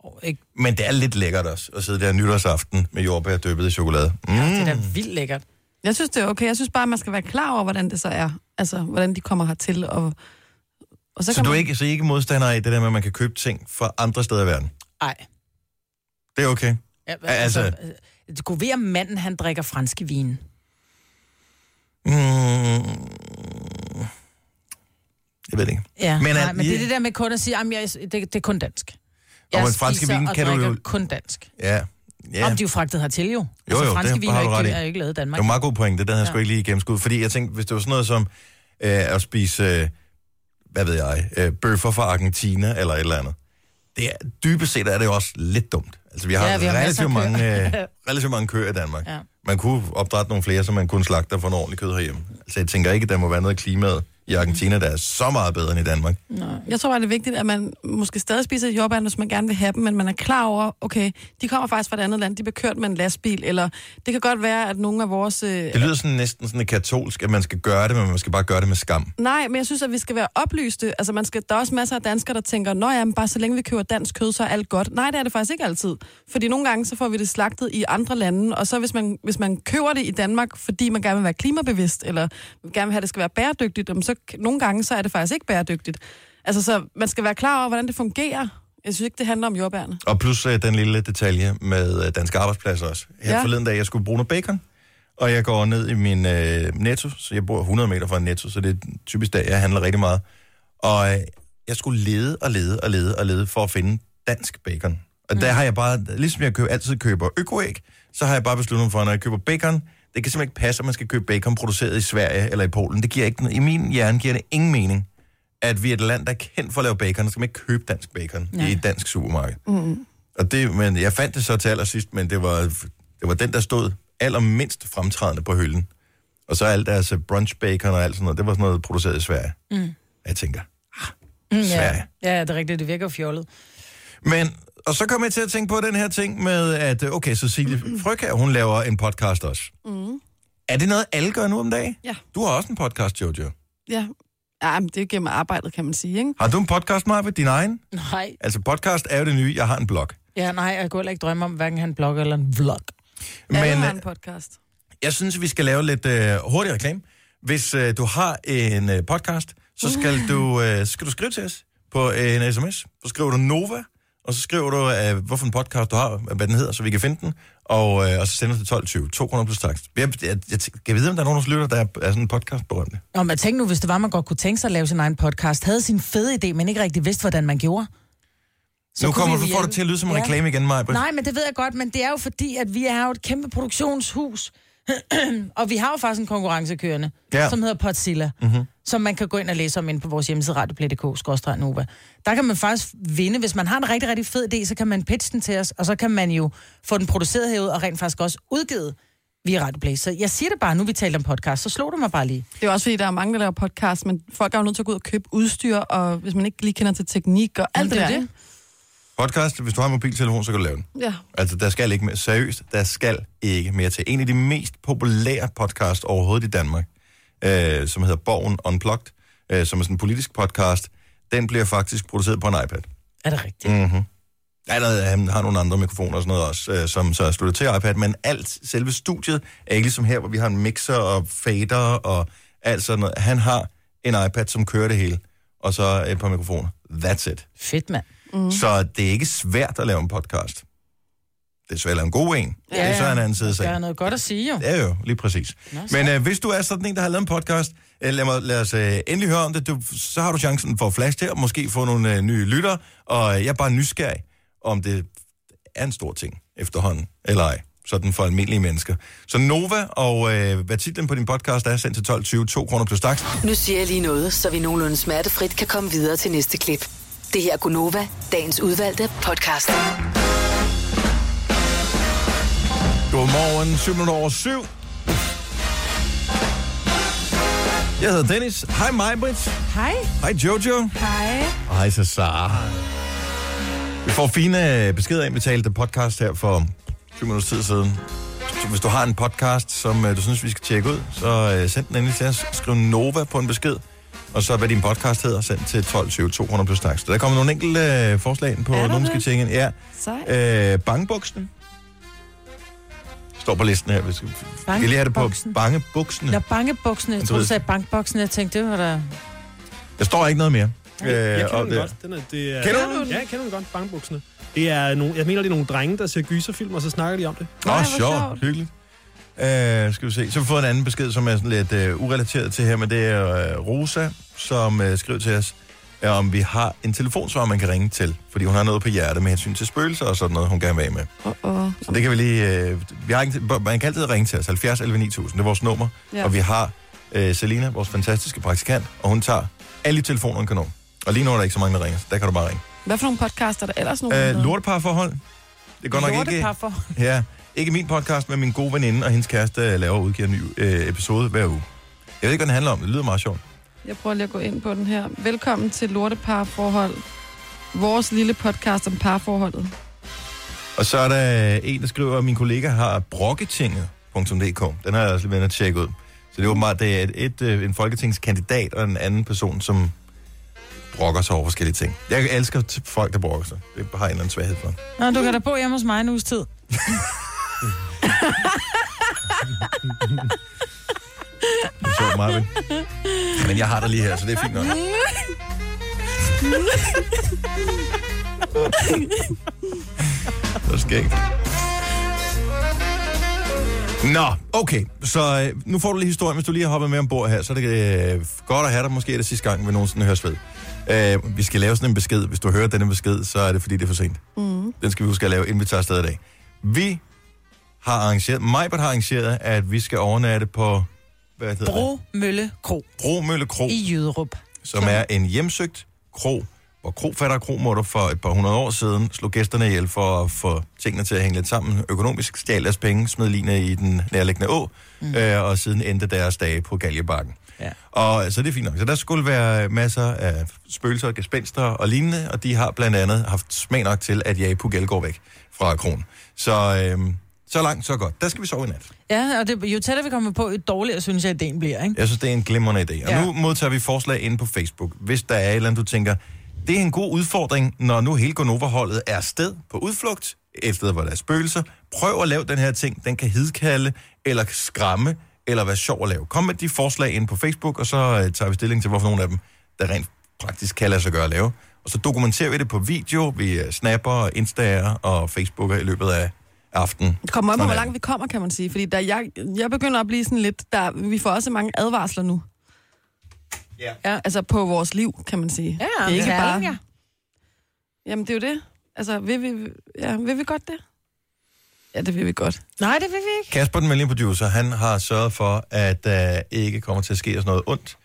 Speaker 3: Oh, ikke?
Speaker 1: Men det er lidt lækkert også, at sidde der nytårsaften med jordbær dyppet i chokolade. Mm.
Speaker 3: Det er da vildt lækkert.
Speaker 2: Jeg synes, det er okay. Jeg synes bare, man skal være klar over, hvordan det så er. Altså, hvordan de kommer hertil. Og, og så,
Speaker 1: Så
Speaker 2: kan
Speaker 1: du er
Speaker 2: man...
Speaker 1: ikke, så I er ikke modstander af det der med, at man kan købe ting fra andre steder i verden?
Speaker 3: Ej.
Speaker 1: Det er okay.
Speaker 3: Ja,
Speaker 1: Altså-
Speaker 3: altså, altså, det kunne være, at manden han drikker franske vin.
Speaker 1: Mm. Jeg ved det ikke.
Speaker 3: Ja,
Speaker 1: Men
Speaker 3: men,
Speaker 1: at
Speaker 3: nej, men
Speaker 1: I-
Speaker 3: det er det der med kun at sige, at jeg, det, det er kun dansk. Jeg
Speaker 1: men franske
Speaker 3: spiser
Speaker 1: vin
Speaker 3: og
Speaker 1: kan du
Speaker 3: drikker
Speaker 1: jo-
Speaker 3: kun dansk.
Speaker 1: Ja.
Speaker 3: Ja.
Speaker 1: ja.
Speaker 3: Om de er jo fragtet hertil jo. Jo,
Speaker 1: jo, det
Speaker 3: franske vin
Speaker 1: har
Speaker 3: er
Speaker 1: du ret
Speaker 3: ikke,
Speaker 1: i.
Speaker 3: er jo ikke lavet i
Speaker 1: Det
Speaker 3: Danmark.
Speaker 1: var en meget god pointe, den havde jeg sgu ikke lige gennemskudt. Fordi jeg tænkte, hvis det var sådan noget som øh, at spise, øh, hvad ved jeg, øh, bøffer fra Argentina eller et eller andet. Det er, dybest set er det jo også lidt dumt. Altså, vi har, ja, vi har
Speaker 3: masser af
Speaker 1: relativt,
Speaker 3: køer.
Speaker 1: mange, øh, relativt mange køer i Danmark. Ja.
Speaker 3: Ja.
Speaker 1: Man kunne opdrætte nogle flere, så man kunne slagte for en ordentlig kød herhjemme. Altså, jeg tænker ikke, at der må være noget klimaet i Argentina, der er så meget bedre end i Danmark.
Speaker 2: Jeg tror bare, det er vigtigt, at man måske stadig spiser jordbær, hvis man gerne vil have dem, men man er klar over, okay, de kommer faktisk fra et andet land, de bliver kørt med en lastbil, eller det kan godt være, at nogle af vores... Øh...
Speaker 1: Det lyder sådan næsten sådan lidt katolsk, at man skal gøre det, men man skal bare gøre det med skam.
Speaker 2: Nej, men jeg synes, at vi skal være oplyste. Altså, man skal, der er også masser af danskere, der tænker, nå ja, men bare så længe vi køber dansk kød, så er alt godt. Nej, det er det faktisk ikke altid. Fordi nogle gange, så får vi det slagtet i andre lande, og så hvis man, hvis man køber det i Danmark, fordi man gerne vil være klimabevidst, eller gerne vil have, at det skal være bæredygtigt, jamen så k- nogle gange, så er det faktisk ikke bæredygtigt. Altså, så man skal være klar over, hvordan det fungerer. Jeg synes ikke, det handler om jordbærne.
Speaker 1: Og plus øh, den lille detalje med øh, danske arbejdspladser også. Her ja.
Speaker 2: Ja.
Speaker 1: forleden dag, jeg skulle bruge noget bacon, og jeg går ned i min øh, netto, så jeg bor 100 meter fra en netto, så det er typisk dag, jeg handler rigtig meget. Og øh, jeg skulle lede og lede og lede og lede for at finde dansk bacon. Og mm. der har jeg bare, ligesom jeg køber, altid køber økoæg, så har jeg bare besluttet mig for, at når jeg køber bacon, det kan simpelthen ikke passe, at man skal købe bacon produceret i Sverige eller i Polen. Det giver ikke, I min hjerne giver det ingen mening, at vi er et land, der er kendt for at lave bacon, så skal man ikke købe dansk bacon ja. i et dansk supermarked. Og det, men jeg fandt det så til allersidst, men det var, det var den, der stod allermindst fremtrædende på hylden. Og så alt deres øh, brunch bacon og alt sådan noget, det var sådan noget produceret i Sverige. Mm. Jeg tænker, ah, Sverige.
Speaker 3: Ja, ja, det er rigtigt, det virker jo fjollet.
Speaker 1: Men, og så kom jeg til at tænke på den her ting med, at øh, okay, Cecilie Frøkær, hun laver en podcast også. Mm. Er det noget, alle gør nu om dagen?
Speaker 2: Ja.
Speaker 1: Du har også en podcast, Jojo.
Speaker 2: Ja. Ja, men det er gennem arbejdet, kan man sige, ikke?
Speaker 1: Har du en podcast, Marve, din egen?
Speaker 3: Nej.
Speaker 1: Altså, podcast er jo det nye, jeg har en blog.
Speaker 3: Ja, nej, jeg kunne heller ikke drømme om hverken han blog eller en vlog.
Speaker 2: Men, Alle
Speaker 1: øh,
Speaker 2: har en podcast.
Speaker 1: Jeg synes, vi skal lave lidt øh, hurtig reklame. Hvis øh, du har en øh, podcast,
Speaker 3: Uh.
Speaker 1: så skal du, øh, skal du skrive til os på en sms. Så skriver du Nova, og så skriver du, øh, hvorfor en podcast du har, øh, hvad den hedder, så vi kan finde den, og, øh, og så sender du til 12.20. 2 kroner plus takst. Jeg, jeg, jeg, kan jeg vide, om der er nogen, der lytter, der er, er sådan en podcast berømte?
Speaker 3: Nå, men tænk nu, hvis det var, man godt kunne tænke sig at lave sin egen podcast, havde sin fede idé, men ikke rigtig vidste, hvordan man gjorde.
Speaker 1: Så nu
Speaker 3: kunne
Speaker 1: kommer,
Speaker 3: vi
Speaker 1: du
Speaker 3: jo
Speaker 1: får det
Speaker 3: hjælpe.
Speaker 1: til at lyde som en
Speaker 3: Ja.
Speaker 1: reklame igen, Maja.
Speaker 3: Nej, men det ved jeg godt, men det er jo fordi, at vi er jo et kæmpe produktionshus. og vi har jo faktisk en konkurrence kørende,
Speaker 1: Ja.
Speaker 3: ja. som hedder Podzilla, mm-hmm. som man kan gå ind og læse om inde på vores hjemmeside radioplay.dk-nova. Der kan man faktisk vinde, hvis man har en rigtig, rigtig fed idé, så kan man pitche den til os, og så kan man jo få den produceret herude og rent faktisk også udgivet via Radioplay. Så jeg siger det bare, nu vi taler om podcast, så slog du mig bare lige.
Speaker 2: Det er jo også fordi, der er mange, der laver podcast, men folk er jo nødt til at gå ud og købe udstyr, og hvis man ikke lige kender til teknik og alt
Speaker 3: Jamen,
Speaker 2: det,
Speaker 3: det
Speaker 2: der.
Speaker 3: er det.
Speaker 2: ikke?
Speaker 1: Podcast, hvis du har en mobiltelefon, så kan du lave den.
Speaker 2: Ja.
Speaker 1: Altså, der skal ikke mere. Seriøst, der skal ikke mere til. En af de mest populære podcast overhovedet i Danmark, øh, som hedder Borgen Unplugged, øh, som er sådan en politisk podcast, den bliver faktisk produceret på en iPad.
Speaker 3: Er det rigtigt?
Speaker 1: Mm-hmm. Ja, der, han har nogle andre mikrofoner og sådan noget også, øh, som så er sluttet til iPad, men alt, selve studiet, er ikke ligesom her, hvor vi har en mixer og fader og alt sådan noget. Han har en iPad, som kører det hele, og så et par mikrofoner. That's it.
Speaker 3: Fedt, mand.
Speaker 8: Mm-hmm.
Speaker 1: Mm. Så det er ikke svært at lave en podcast. Det er svært at lave en god en. Ja, det er så en anden side af
Speaker 3: Der er
Speaker 1: sagen.
Speaker 3: noget godt at sige, jo.
Speaker 1: Det er jo lige præcis. Nå, Men øh, hvis du er sådan en, der har lavet en podcast, øh, lad, mig, lad os øh, endelig høre om det. Du, så har du chancen for at flash til, og måske få nogle øh, nye lytter. Og øh, jeg er bare nysgerrig, om det er en stor ting efterhånden, eller ej. Sådan for almindelige mennesker. Så Nova og øh, hvad titlen på din podcast er, sendt til 12.20, 2 kroner plus takst.
Speaker 7: Nu siger jeg lige noget, så vi nogenlunde smertefrit kan komme videre til næste klip. Det her er Gunova, dagens udvalgte podcast.
Speaker 1: Godmorgen, 7 minutter over 7. Jeg hedder Dennis. Hej mig, Britt.
Speaker 9: Hej.
Speaker 1: Hej Jojo.
Speaker 9: Hej.
Speaker 1: Og Hej så Sara. Vi får fine øh, beskeder ind. Vi talte podcast her for 20 minutter tid siden. Så hvis du har en podcast, som øh, du synes, vi skal tjekke ud, så øh, send den endelig til os. Skriv Nova på en besked. Og så hvad din podcast hedder, send til 12 200 plus takst. Der kommer nogle enkelte øh, forslag ind på,
Speaker 2: der
Speaker 1: nogen
Speaker 2: det?
Speaker 1: skal tjekke ind. Ja.
Speaker 2: Sej.
Speaker 1: Øh, bangebuksene. Står på listen her. Vi skal, vi skal lige have det på
Speaker 3: Bangebuksen.
Speaker 1: bangebuksene.
Speaker 3: Nå, bankebuksene. Jeg
Speaker 1: du
Speaker 3: troede,
Speaker 1: ved-
Speaker 3: du sagde bankboksen. Jeg tænkte, det var da...
Speaker 1: Der står ikke noget mere. Øh,
Speaker 5: Jeg
Speaker 1: og
Speaker 5: kender den
Speaker 1: det-
Speaker 5: godt. Den er, det er,
Speaker 1: Kender
Speaker 5: du den? Ja, jeg kender den godt. Bankbuksene. Det er nogle, jeg mener, det er nogle drenge, der ser gyserfilm, og så snakker de om det.
Speaker 1: Nå,
Speaker 2: Nej,
Speaker 1: Ej,
Speaker 2: hvor
Speaker 1: sjovt. sjovt.
Speaker 2: sjovt.
Speaker 1: Hyggeligt. Uh, skal vi se. Så har vi fået en anden besked, som er sådan lidt uh, urelateret til her, men det er uh, Rosa, som uh, skrev til os, uh, om vi har en telefonsvar, man kan ringe til, fordi hun har noget på hjertet med hensyn til spøgelser og sådan noget, hun gerne vil af med.
Speaker 2: Uh-oh.
Speaker 1: Så det kan vi lige... Uh, vi har ikke, man kan altid ringe til os, 70 11 9000, det er vores nummer, ja.
Speaker 2: Ja.
Speaker 1: og vi har uh, Selina, vores fantastiske praktikant, og hun tager alle telefonerne kan nå. Og lige nu er der ikke så mange, der ringer, så der kan du bare ringe.
Speaker 2: Hvad for nogle podcaster er der ellers nogen?
Speaker 1: Uh,
Speaker 2: der-
Speaker 1: lorteparforhold. Det er godt nok ikke...
Speaker 3: for.
Speaker 1: Ja, ikke min podcast, men min gode veninde og hendes kæreste øh, laver og udgiver en ny øh, episode hver uge. Jeg ved ikke, hvad den handler om. Det lyder meget sjovt.
Speaker 2: Jeg prøver lige at gå ind på den her. Velkommen til Lorteparforhold. Vores lille podcast om parforholdet.
Speaker 1: Og så er der en, der skriver, at min kollega har brokketinget.dk. Den har jeg også lige været inde at tjekke ud. Så det er åbenbart, det er et, et, øh, en folketingskandidat og en anden person, som brokker sig over forskellige ting. Jeg elsker t- folk, der brokker sig. Det har jeg en eller anden svaghed for.
Speaker 3: Nå, du kan da bo hjemme hos mig en uges tid.
Speaker 1: Det er sjovt, Marvin. Men jeg har dig lige her, så det er fint nok. Så skægt. Nå, okay. Så øh, nu får du lige historien. Hvis du lige har hoppet med ombord her, så er det øh, godt at have dig. Måske er det sidste gang, vi nogensinde høres ved. Øh, vi skal lave sådan en besked. Hvis du hører denne besked, så er det fordi, det er for sent. Mm. Den skal vi huske at lave, inden vi tager afsted i dag. Vi har arrangeret, Majbert har arrangeret, at vi skal overnatte på, hvad hedder det?
Speaker 3: Bro Mølle Kro
Speaker 1: Bromølle Kro,
Speaker 3: i Jyderup.
Speaker 1: som er en hjemsøgt kro, hvor krofatter og kromutter for et par hundrede år siden slog gæsterne ihjel for at få tingene til at hænge lidt sammen. Økonomisk stjal deres penge, smed line i den nærliggende å, mm. øh, og siden endte deres dage på Galjebakken.
Speaker 3: Ja.
Speaker 1: Og så det er fint nok. Så der skulle være masser af spøgelser og gespenster og lignende, og de har blandt andet haft smag nok til at jage Puk Elgård væk fra kronen. Så, øhm, så langt, så godt. Der skal vi sove i nat.
Speaker 3: Ja, og det, jo tættere vi kommer på, jo dårligere synes jeg, ideen bliver, ikke?
Speaker 1: Jeg synes, det er en glimrende idé. Og ja.
Speaker 3: Ja.
Speaker 1: nu modtager vi forslag inde på Facebook. Hvis der er et eller andet, du tænker, det er en god udfordring, når nu hele Gonova-holdet er sted på udflugt, et sted, hvor der er spøgelser. Prøv at lave den her ting. Den kan hidkalde, eller skræmme, eller være sjov at lave. Kom med de forslag ind på Facebook, og så øh, tager vi stilling til, hvorfor nogle af dem, der rent praktisk kan lade sig gøre at lave. Og så dokumenterer vi det på video. Vi øh, snapper, instager og facebooker i løbet af aftenen.
Speaker 2: Det kommer an på,
Speaker 1: Sådan
Speaker 2: hvor
Speaker 1: er
Speaker 2: langt vi kommer, kan man sige. Fordi der, jeg, jeg begynder at blive sådan lidt... Der, vi får også mange advarsler nu.
Speaker 1: Ja.
Speaker 2: ja. Altså på vores liv, kan man sige.
Speaker 3: Ja,
Speaker 2: det er ikke
Speaker 3: ja.
Speaker 2: bare...
Speaker 3: Ja.
Speaker 2: Jamen, det er jo det. Altså, vil vi, ja, vil vi godt det? Ja, det vil vi godt.
Speaker 3: Nej, det vil vi ikke.
Speaker 1: Kasper, den venlige producer, han har sørget for, at der øh, ikke kommer til at ske os noget ondt.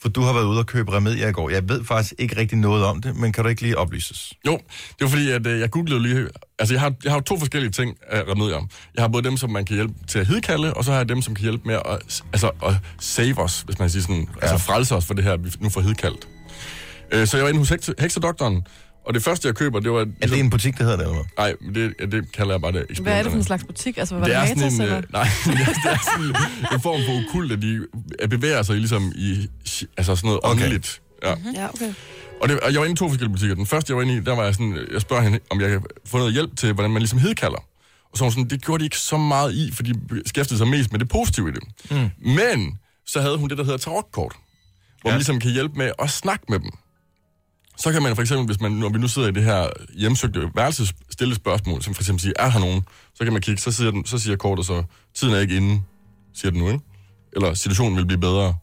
Speaker 1: For du har været ude og købe remedier i går. Jeg ved faktisk ikke rigtig noget om det, men kan du ikke lige oplyses?
Speaker 4: Jo, det var fordi, at øh, jeg googlede lige... Altså, jeg har, jeg har jo to forskellige ting øh, at remedier. Jeg har både dem, som man kan hjælpe til at hidkalde, og så har jeg dem, som kan hjælpe med at, altså, at save os, hvis man siger sådan. Ja. Altså, frelse os for det her, vi nu får hidkaldt. Øh, så jeg var inde hos hekse, heksedoktoren, og det første, jeg køber, det var... ligesom-
Speaker 1: Er det en butik, der hedder det, eller hvad?
Speaker 4: Nej, men det, ja, det kalder jeg bare det
Speaker 2: Hvad er det for en slags butik? Altså, var
Speaker 4: det
Speaker 2: det,
Speaker 4: er
Speaker 2: Matas,
Speaker 4: sådan en,
Speaker 2: eller?
Speaker 4: øh, nej, det er det er sådan en form for okult, at de øh, bevæger sig ligesom i altså sådan noget
Speaker 1: Okay.
Speaker 4: åndeligt. Ja.
Speaker 2: Ja, okay.
Speaker 4: Og, det, og jeg var inde i to forskellige butikker. Den første, jeg var inde i, der var jeg sådan, jeg spørger hende, om jeg kan få noget hjælp til, hvordan man ligesom hedkalder. Og så var hun sådan, det gjorde de ikke så meget i, for de beskæftigede sig mest med det positive i det. Mm. Men så havde hun det, der hedder tarotkort, hvor ja.
Speaker 1: Ja.
Speaker 4: man ligesom kan hjælpe med at snakke med dem. Så kan man for eksempel, hvis man, når vi nu sidder i det her hjemsøgte værelse, stille spørgsmål, som for eksempel siger, er her nogen? Så kan man kigge, så siger, den, så siger kortet så, tiden er ikke inde, siger den nu, ikke? Eller situationen vil blive bedre.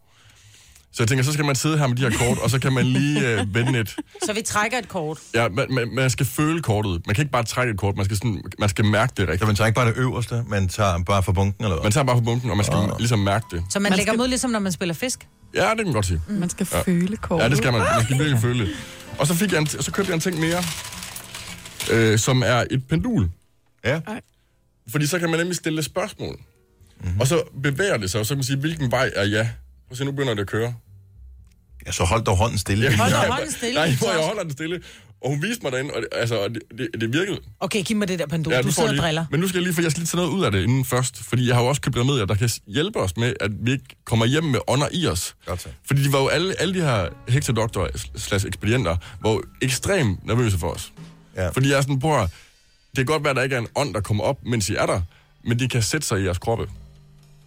Speaker 4: Så jeg tænker, så skal man sidde her med de her kort, og så kan man lige øh, vende et,
Speaker 3: Så vi trækker et kort.
Speaker 4: Ja, man, man, man skal føle kortet. Man kan ikke bare trække et kort, man skal, sådan, man skal mærke det
Speaker 1: Så
Speaker 4: rigtigt.
Speaker 1: man tager ikke bare det øverste, man tager bare fra bunken, eller hvad? Ah.
Speaker 4: Man tager bare på bunken, og man skal oh. ligesom mærke det.
Speaker 3: Så man, man lægger skal... mod, ligesom når man spiller fisk. Mm.
Speaker 4: Ja, det kan man godt sige.
Speaker 2: Man skal ja. føle kortet.
Speaker 4: Ja, det skal man. Man skal virkelig føle det. Og så, fik jeg en, så købte jeg en ting mere, øh, som er et pendul.
Speaker 1: Ja.
Speaker 4: Fordi så kan man nemlig stille spørgsmål. Mm-hmm. Og så bevæger det sig, og så kan man sige, hvilken vej er ja? Og så nu begynder det at køre.
Speaker 1: ja så hold dog hånden stille.
Speaker 4: Ja.
Speaker 3: Hold da
Speaker 4: Nej,
Speaker 3: hånden stille,
Speaker 4: Nej,
Speaker 3: Claus.
Speaker 4: hvor jeg holder den stille. Og hun viste mig derinde, og det, altså, og det, det, det virkede.
Speaker 3: Okay, giv mig det der pendul.
Speaker 4: Ja,
Speaker 3: du
Speaker 4: nu får
Speaker 3: sidder
Speaker 4: jeg
Speaker 3: og
Speaker 4: lige,
Speaker 3: driller.
Speaker 4: Men nu skal jeg lige, for jeg skal lige tage noget ud af det inden først, fordi jeg har jo også købt remedier, der kan hjælpe os med, at vi ikke kommer hjem med ånder i os.
Speaker 1: Godt så.
Speaker 4: Fordi de var jo alle, alle de her hektodoktorer slash ekspedienter, var jo ekstremt nervøse for os.
Speaker 1: Ja.
Speaker 4: Fordi jeg er sådan, bror, det kan godt være, at der ikke er en ånd, der kommer op, mens I er der, men de kan sætte sig i jeres kroppe.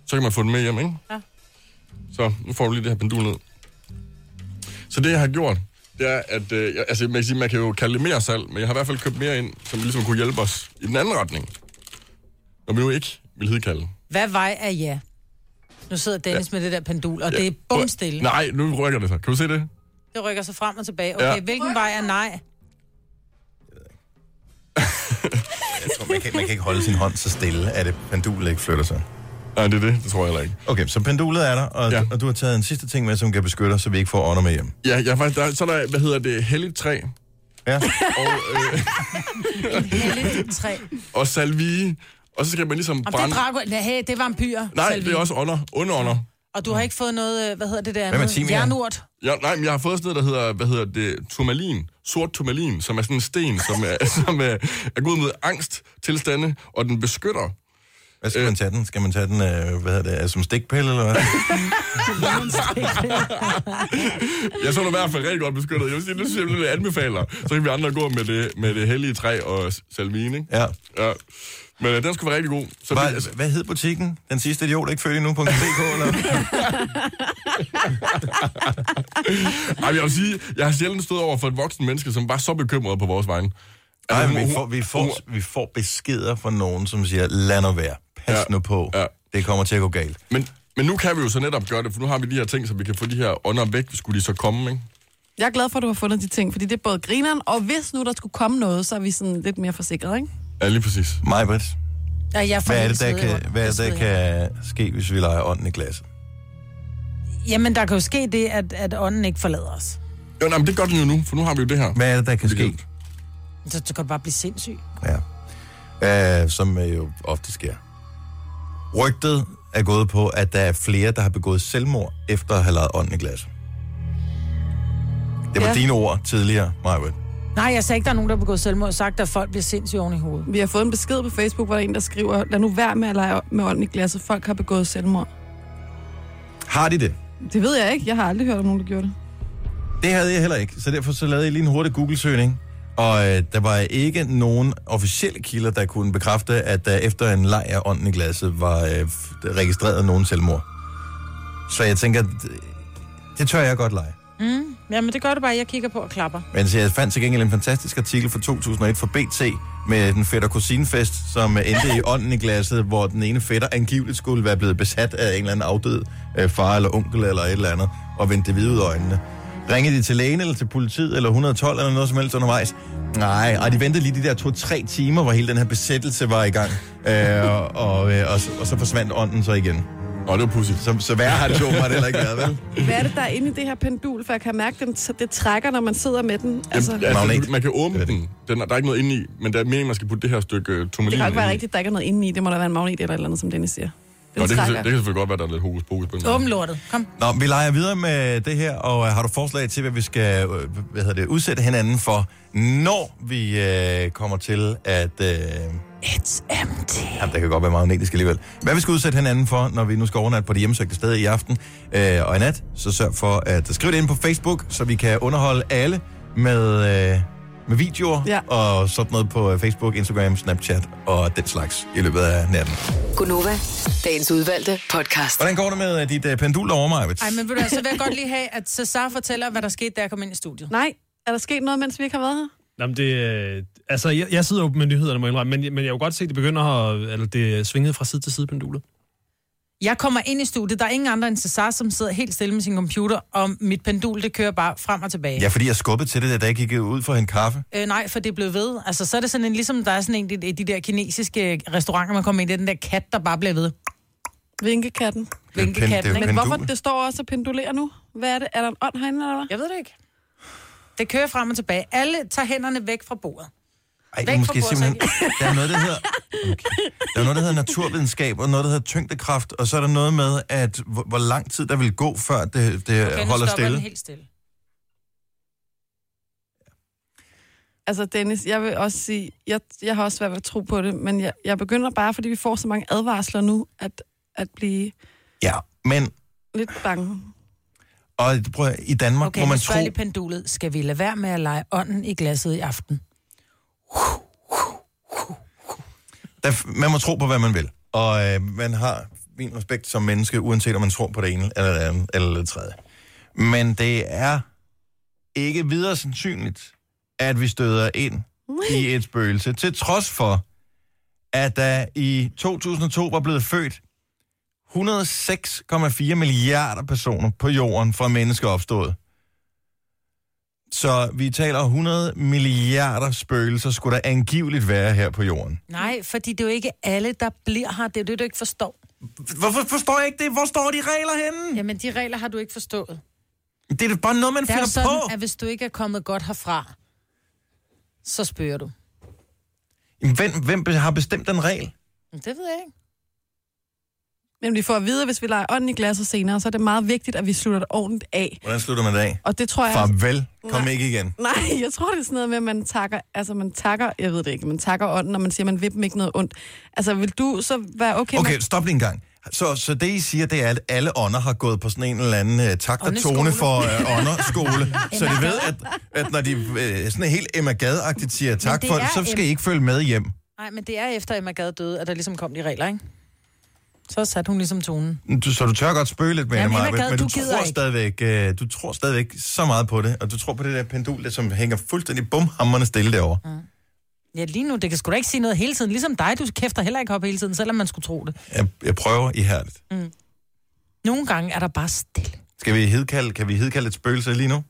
Speaker 4: Så kan man få den med hjem, ikke? Ja. Så nu får du lige det her pendul ned. Så det, jeg har gjort, det er, at øh, jeg, altså, man, kan sige, man kan jo kalde det mere salg, men jeg har i hvert fald købt mere ind, som ligesom kunne hjælpe os i den anden retning. Når vi nu ikke vil hedkalde.
Speaker 3: Hvad vej er ja? Nu sidder Dennis ja. med det der pendul, og ja. det er bumstille.
Speaker 4: Nej, nu rykker det sig. Kan du se det?
Speaker 3: Det rykker sig frem og tilbage. Okay,
Speaker 4: Ja.
Speaker 3: ja. hvilken vej er nej?
Speaker 1: Jeg tror, man, kan, man kan ikke holde sin hånd så stille, at det pendul ikke flytter sig.
Speaker 4: Nej, det er det. Det tror jeg heller ikke.
Speaker 1: Okay, så pendulet er der, og, ja.
Speaker 4: Ja.
Speaker 1: og du har taget en sidste ting med, som kan beskytte os, så vi ikke får ånder med hjem.
Speaker 4: Ja, jeg, er faktisk, der, er- så er der, hvad hedder det, helligt træ
Speaker 1: Ja.
Speaker 4: og, øh,
Speaker 3: Helligt træ.
Speaker 4: og salvie. Og så skal man ligesom
Speaker 3: Om det er
Speaker 4: brænde...
Speaker 3: Drago. Nej, hey, det er vampyrer.
Speaker 4: Nej,
Speaker 3: Salvin.
Speaker 4: det er også ånder. Underånder.
Speaker 3: Og du har ikke fået noget, øh, hvad hedder det der?
Speaker 1: med
Speaker 3: andet?
Speaker 1: timian?
Speaker 3: Jernurt.
Speaker 4: Ja, nej, men jeg har fået sådan noget, der hedder, hvad hedder det, turmalin, sort turmalin, som er sådan en sten, som er, som er, er god mod angsttilstande, og den beskytter.
Speaker 1: Hvad
Speaker 4: Øh.
Speaker 1: skal man tage den? Skal man tage den, øh, hvad hedder det, øh, som stikpille, eller hvad?
Speaker 4: Jeg så det i hvert fald rigtig godt beskyttet. Jeg vil sige, det synes jeg, jeg anbefaler. Så kan vi andre gå med det, med det hellige træ og salvine, ikke?
Speaker 1: Ja.
Speaker 4: ja. Men øh, den skulle være rigtig god. Så det, altså,
Speaker 1: Hvad, hvad hed butikken? Den sidste idiot, ikke følger nu på .dk, eller hvad?
Speaker 4: ej, men jeg vil sige, jeg har sjældent stået over for et voksen menneske, som var så bekymret på vores vegne. Altså,
Speaker 1: Nej, men
Speaker 4: hun-
Speaker 1: vi får, vi,
Speaker 4: hun-
Speaker 1: får, vi får beskeder fra nogen, som siger, lad nu være, pas ja.
Speaker 4: Ja,
Speaker 1: nu på, ja.
Speaker 4: ja.
Speaker 1: det kommer til at gå galt.
Speaker 4: Men, men nu kan vi jo så netop gøre det, for nu har vi de her ting, så vi kan få de her ånder væk, skulle de så komme, ikke?
Speaker 2: Jeg er glad for, at du har fundet de ting, fordi det er både grineren, og hvis nu der skulle komme noget, så er vi sådan lidt mere forsikret, ikke?
Speaker 4: Ja, lige præcis.
Speaker 1: Majbrit,
Speaker 3: Ja, jeg får
Speaker 1: hvad er
Speaker 3: helt
Speaker 1: det, der
Speaker 3: svedig hånd.
Speaker 1: kan, hvad er det, der
Speaker 3: Svedig
Speaker 1: kan ske, hvis vi leger ånden i glasset?
Speaker 3: hånd. Jamen, der kan jo ske det, at, at ånden ikke forlader os.
Speaker 4: Jo, nej, men det gør den jo nu, for nu har vi jo det her.
Speaker 1: Hvad er det, der kan
Speaker 4: Det kan-
Speaker 1: ske?
Speaker 3: Så du kan bare blive sindssyg.
Speaker 1: Ja. Uh, som øh, jo ofte sker. Rygtet er gået på, at der er flere, der har begået selvmord, efter at have lavet ånden i glas. Det var ja.
Speaker 2: Ja.
Speaker 1: dine ord tidligere, Marvitt.
Speaker 9: Nej, jeg sagde ikke, der er nogen, der har begået selvmord. Jeg har sagt, at folk bliver sindssyge oven i hovedet.
Speaker 2: Vi har fået en besked på Facebook, hvor der er en, der skriver, lad nu være med at lege med ånden i glasset. Folk har begået selvmord.
Speaker 1: Har de det?
Speaker 2: Det ved jeg ikke. Jeg har aldrig hørt om nogen, der gjorde det.
Speaker 1: Det havde jeg heller ikke, så derfor så lavede jeg lige en hurtig Google-søgning. Og øh, der var ikke nogen officielle kilder, der kunne bekræfte, at der efter en leg af ånden i glasset var øh, f- registreret nogen selvmord. Så jeg tænker, det, det tør jeg godt lege.
Speaker 2: Mm.
Speaker 3: Jamen, det gør det bare, jeg kigger på og klapper.
Speaker 1: Men så jeg fandt til gengæld en fantastisk artikel fra 2001 fra BT med den fætter kusinefest, som øh, endte i ånden i glasset, hvor den ene fætter angiveligt skulle være blevet besat af en eller anden afdød øh, far eller onkel eller et eller andet, og vendte det hvide ud af øjnene. Ringede de til lægen eller til politiet eller 112 eller noget som helst undervejs? Nej, og de ventede lige de der to-tre timer, hvor hele den her besættelse var i gang, øh, og, og, øh, og, så- og så forsvandt ånden så igen.
Speaker 4: Nå, det var pudsigt.
Speaker 1: Så, så værre har det jo mig heller ikke været, vel?
Speaker 2: Hvad er det, der er inde i det her pendul? For jeg kan mærke, den, det trækker, når man sidder med den. Altså,
Speaker 4: Jamen, altså,
Speaker 1: Magnet.
Speaker 4: du- man kan åbne
Speaker 1: Det er det.
Speaker 4: den. den. er- Der er ikke noget inde i, men der er meningen, man skal putte det her stykke øh,
Speaker 2: det
Speaker 4: turmalin
Speaker 2: kan jo ikke være
Speaker 4: ind i.
Speaker 2: rigtigt, der ikke er noget inde i. Det må da være en magnet eller et eller andet, som Dennis siger. Den
Speaker 4: Nå, det, kan,
Speaker 2: trækker.
Speaker 4: det kan selvfølgelig godt være, der er lidt hokus pokus på den.
Speaker 3: Åbn lortet. Kom.
Speaker 1: Nå, vi leger videre med det her, og øh, har du forslag til, hvad vi skal øh, hvad hedder det, udsætte hinanden for, når vi øh, kommer til at... Øh,
Speaker 3: It's empty.
Speaker 1: jamen, det kan godt være meget magnetisk alligevel. Hvad vi skal udsætte hinanden for, når vi nu skal overnatte på det hjemsøgte sted i aften øh, og i nat, så sørg for at skrive det ind på Facebook, så vi kan underholde alle med, øh, med videoer
Speaker 2: Ja.
Speaker 1: og sådan noget på øh, Facebook, Instagram, Snapchat og den slags i løbet af natten.
Speaker 7: Gunova, dagens udvalgte podcast.
Speaker 1: Hvordan går det med øh, dit øh, pendul over mig?
Speaker 3: Ej, men ved du, hvad, så vil jeg godt lige have, at Cesar fortæller, hvad der skete, da jeg kom ind i studiet.
Speaker 2: Nej, er der sket noget, mens vi ikke har været her?
Speaker 5: Jamen, det, øh, altså, jeg, jeg sidder jo med nyhederne, må jeg indrømme, men, men jeg har jo godt se, at det begynder at, eller det svingede fra side til side pendulet.
Speaker 3: Jeg kommer ind i studiet, der er ingen andre end Cesar, som sidder helt stille med sin computer, og mit pendul, det kører bare frem og tilbage.
Speaker 1: Ja, fordi jeg skubbede til det, da jeg gik ud for en kaffe.
Speaker 3: Øh, nej, for det er blevet ved. Altså, så er det sådan en, ligesom der er sådan en i de, de der kinesiske restauranter, man kommer ind i, den der kat, der bare bliver ved.
Speaker 2: Vinkekatten.
Speaker 1: det er jo
Speaker 3: Vinkekatten, ikke?
Speaker 2: Men hvorfor
Speaker 1: Pendul.
Speaker 2: det står også at pendulere nu? Hvad er det? Er der en ånd herinde, eller hvad?
Speaker 3: Jeg ved det ikke. Det kører frem og tilbage. Alle tager hænderne væk fra bordet.
Speaker 1: Ej,
Speaker 3: Væk
Speaker 1: Væk måske
Speaker 3: fra bordet,
Speaker 1: simpelthen... Der er noget, der hedder... Okay. Der er noget, der hedder naturvidenskab, og noget, der hedder tyngdekraft, og så er der noget med, at hvor, hvor lang tid der vil gå, før det, det
Speaker 3: Okay,
Speaker 1: okay,
Speaker 3: nu
Speaker 1: holder
Speaker 3: stopper
Speaker 1: stille.
Speaker 3: Den helt stille.
Speaker 2: Altså Dennis, jeg vil også sige, jeg, jeg har også svært ved at tro på det, men jeg, jeg begynder bare, fordi vi får så mange advarsler nu, at, at blive
Speaker 1: Ja, men...
Speaker 2: lidt bange.
Speaker 1: Og prøv, at- i Danmark
Speaker 3: Okay,
Speaker 1: okay, må
Speaker 3: nu
Speaker 1: man
Speaker 3: spørger jeg
Speaker 1: tro...
Speaker 3: lige pendulet. Skal vi lade være med at lege ånden i glasset i aften?
Speaker 1: Der, f- man må tro på, hvad man vil. Og øh, man har min respekt som menneske, uanset om man tror på det ene eller det andet eller det tredje. Men det er ikke videre sandsynligt, at vi støder ind i et spøgelse, til trods for, at der i 2002 var blevet født 106,4 milliarder personer på jorden fra mennesker opstået. Så vi taler 100 milliarder spøgelser, skulle der angiveligt være her på jorden.
Speaker 3: Nej, fordi det er jo ikke alle, der bliver her. Det er jo det, du ikke forstår.
Speaker 1: Hvorfor forstår jeg ikke det? Hvor står de regler henne?
Speaker 3: Jamen, de regler har du ikke forstået.
Speaker 1: Det er da bare noget, man
Speaker 3: Det er jo
Speaker 1: finder
Speaker 3: sådan,
Speaker 1: på.
Speaker 3: at hvis du ikke er kommet godt herfra, så spørger du.
Speaker 1: Jamen, Hvem, hvem har bestemt den regel?
Speaker 3: Men Det ved jeg ikke.
Speaker 2: Men vi får at vide, at hvis vi leger ånden i glasset senere, så er det meget vigtigt, at vi slutter det ordentligt af.
Speaker 1: Hvordan slutter man det af?
Speaker 2: Og det tror jeg...
Speaker 1: Farvel. Kom
Speaker 2: Nej.
Speaker 1: ikke igen.
Speaker 2: Nej, jeg tror, det er sådan noget med, at man takker, altså man takker, jeg ved det ikke, man takker ånden, og man siger, at man vil dem ikke noget ondt. Altså, vil du så være okay,
Speaker 1: Okay,
Speaker 2: med,
Speaker 1: stop lige en gang. Så, så det, I siger, det er, at alle ånder har gået på sådan en eller anden uh, takt og
Speaker 3: Åndeskole.
Speaker 1: tone for uh, ånderskole. så de ved, at, at når de uh, sådan helt Emma Gad-agtigt siger tak
Speaker 3: det
Speaker 1: for det,
Speaker 3: er
Speaker 1: så skal
Speaker 3: Em-
Speaker 1: I ikke følge med hjem.
Speaker 3: Nej, men det er efter Emma Gade døde, at der ligesom kom de regler, ikke? Så satte hun ligesom tonen.
Speaker 1: Du, så du tør godt spøge lidt med
Speaker 3: Jamen,
Speaker 1: Emma,
Speaker 3: Emma
Speaker 1: men,
Speaker 3: Gad,
Speaker 1: men du,
Speaker 3: du gider
Speaker 1: tror
Speaker 3: ikke.
Speaker 1: stadigvæk, øh, du tror stadigvæk så meget på det, og du tror på det der pendul, der, som hænger fuldstændig bumhammerne stille derovre.
Speaker 3: Mm. Ja, lige nu, det kan sgu da ikke sige noget hele tiden. Ligesom dig, du kæfter heller ikke op hele tiden, selvom man skulle tro det.
Speaker 1: Jeg, jeg prøver ihærdigt.
Speaker 3: Nogle gange er der bare stille.
Speaker 1: Skal vi hedkalde, kan vi hedkalde et spøgelse lige nu?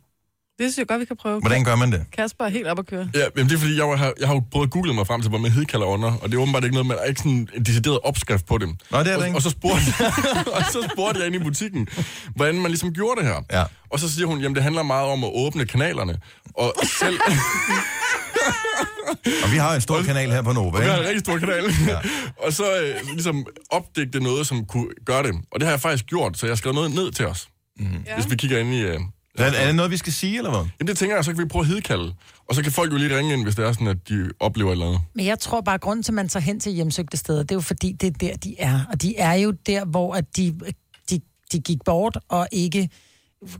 Speaker 2: det synes jeg godt, vi kan prøve.
Speaker 1: Hvordan gør man det?
Speaker 2: Kasper er helt op at køre.
Speaker 4: Ja, men det er fordi, jeg har, jeg har jo prøvet at google mig frem til, hvor man hedkalder ånder, og det er åbenbart ikke noget, man der er ikke sådan en decideret opskrift på dem.
Speaker 1: Nå, det er der
Speaker 4: og,
Speaker 1: ikke.
Speaker 4: Og så, spurgte, og så spurgte jeg ind i butikken, hvordan man ligesom gjorde det her.
Speaker 1: Ja.
Speaker 4: Og så siger hun, jamen det handler meget om at åbne kanalerne, og selv...
Speaker 1: Og vi har en stor kanal her på Nova,
Speaker 4: Vi har en
Speaker 1: ikke?
Speaker 4: rigtig stor kanal. Ja. og så øh, ligesom opdigte noget, som kunne gøre det. Og det har jeg faktisk gjort, så jeg har skrevet noget ned til os. Mm-hmm. Hvis vi kigger ind i... Øh,
Speaker 1: Mhm. Er, er det noget, vi skal sige, eller hvad?
Speaker 4: jamen det tænker jeg, så kan vi prøve at hedkalde. Og så kan folk jo lige ringe ind, hvis det er sådan, at de oplever et eller andet.
Speaker 3: Men jeg tror bare, at grunden til, at man tager hen til hjemsøgte steder, det er jo fordi, det er der, de er. Og de er jo der, hvor at de, de, de gik bort og ikke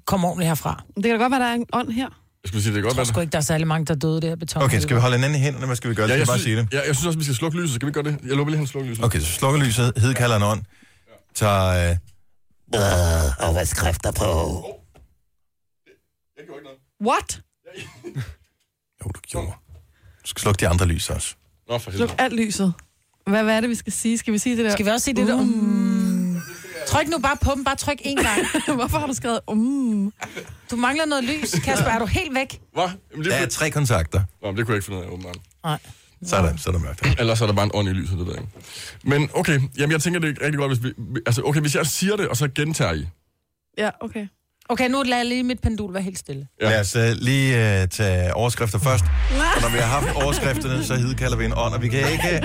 Speaker 3: kom ordentligt herfra.
Speaker 2: Det kan da godt være, der er en ånd her.
Speaker 4: Jeg skulle sige, det er godt,
Speaker 3: Jeg tror sgu
Speaker 4: være-
Speaker 3: ikke, der er særlig mange, der døde der i beton.
Speaker 1: Okay, skal vi holde hinanden i hænderne? Hvad skal vi gøre?
Speaker 4: Ja,
Speaker 1: Ja, skal
Speaker 4: jeg,
Speaker 1: vi bare
Speaker 4: synes,
Speaker 1: sige det?
Speaker 4: ja, jeg synes også, vi skal slukke lyset. Skal vi gøre det? Jeg lukker lige hen og slukker lyset.
Speaker 1: Okay, så slukker lyset, hedkalder en ånd, tager... Øh,
Speaker 4: Jeg gjorde ikke noget.
Speaker 2: What?
Speaker 1: jo, du gjorde. Du skal slukke de andre lys også.
Speaker 4: Nå, for helvede.
Speaker 2: Sluk alt lyset. Hvad, hvad er det, vi skal sige? Skal vi sige det der?
Speaker 3: Skal vi også se det der? Um... Tryk nu bare på dem, bare tryk én gang.
Speaker 2: Hvorfor har du skrevet um?
Speaker 3: Du mangler noget lys, Kasper. Er du helt væk?
Speaker 4: Hvad? Jamen, det,
Speaker 1: Der
Speaker 4: er
Speaker 1: er
Speaker 4: fordi-
Speaker 1: tre kontakter.
Speaker 4: Nå, men det kunne jeg ikke finde ud af, åbenbart.
Speaker 3: Nej.
Speaker 1: Sådan, så er der mørkt.
Speaker 4: Ellers er der bare en ånd i lyset, det ved jeg ikke. Men okay, jamen, jeg tænker, det er rigtig godt, hvis vi... Altså, okay, hvis jeg siger det, og så gentager I.
Speaker 2: Ja, okay.
Speaker 3: Okay, nu lader jeg lige mit pendul være helt stille.
Speaker 1: Ja. Lad os uh, lige uh, tage overskrifter først. Og når vi har haft overskrifterne, så hedkalder vi en ånd, og vi kan ikke...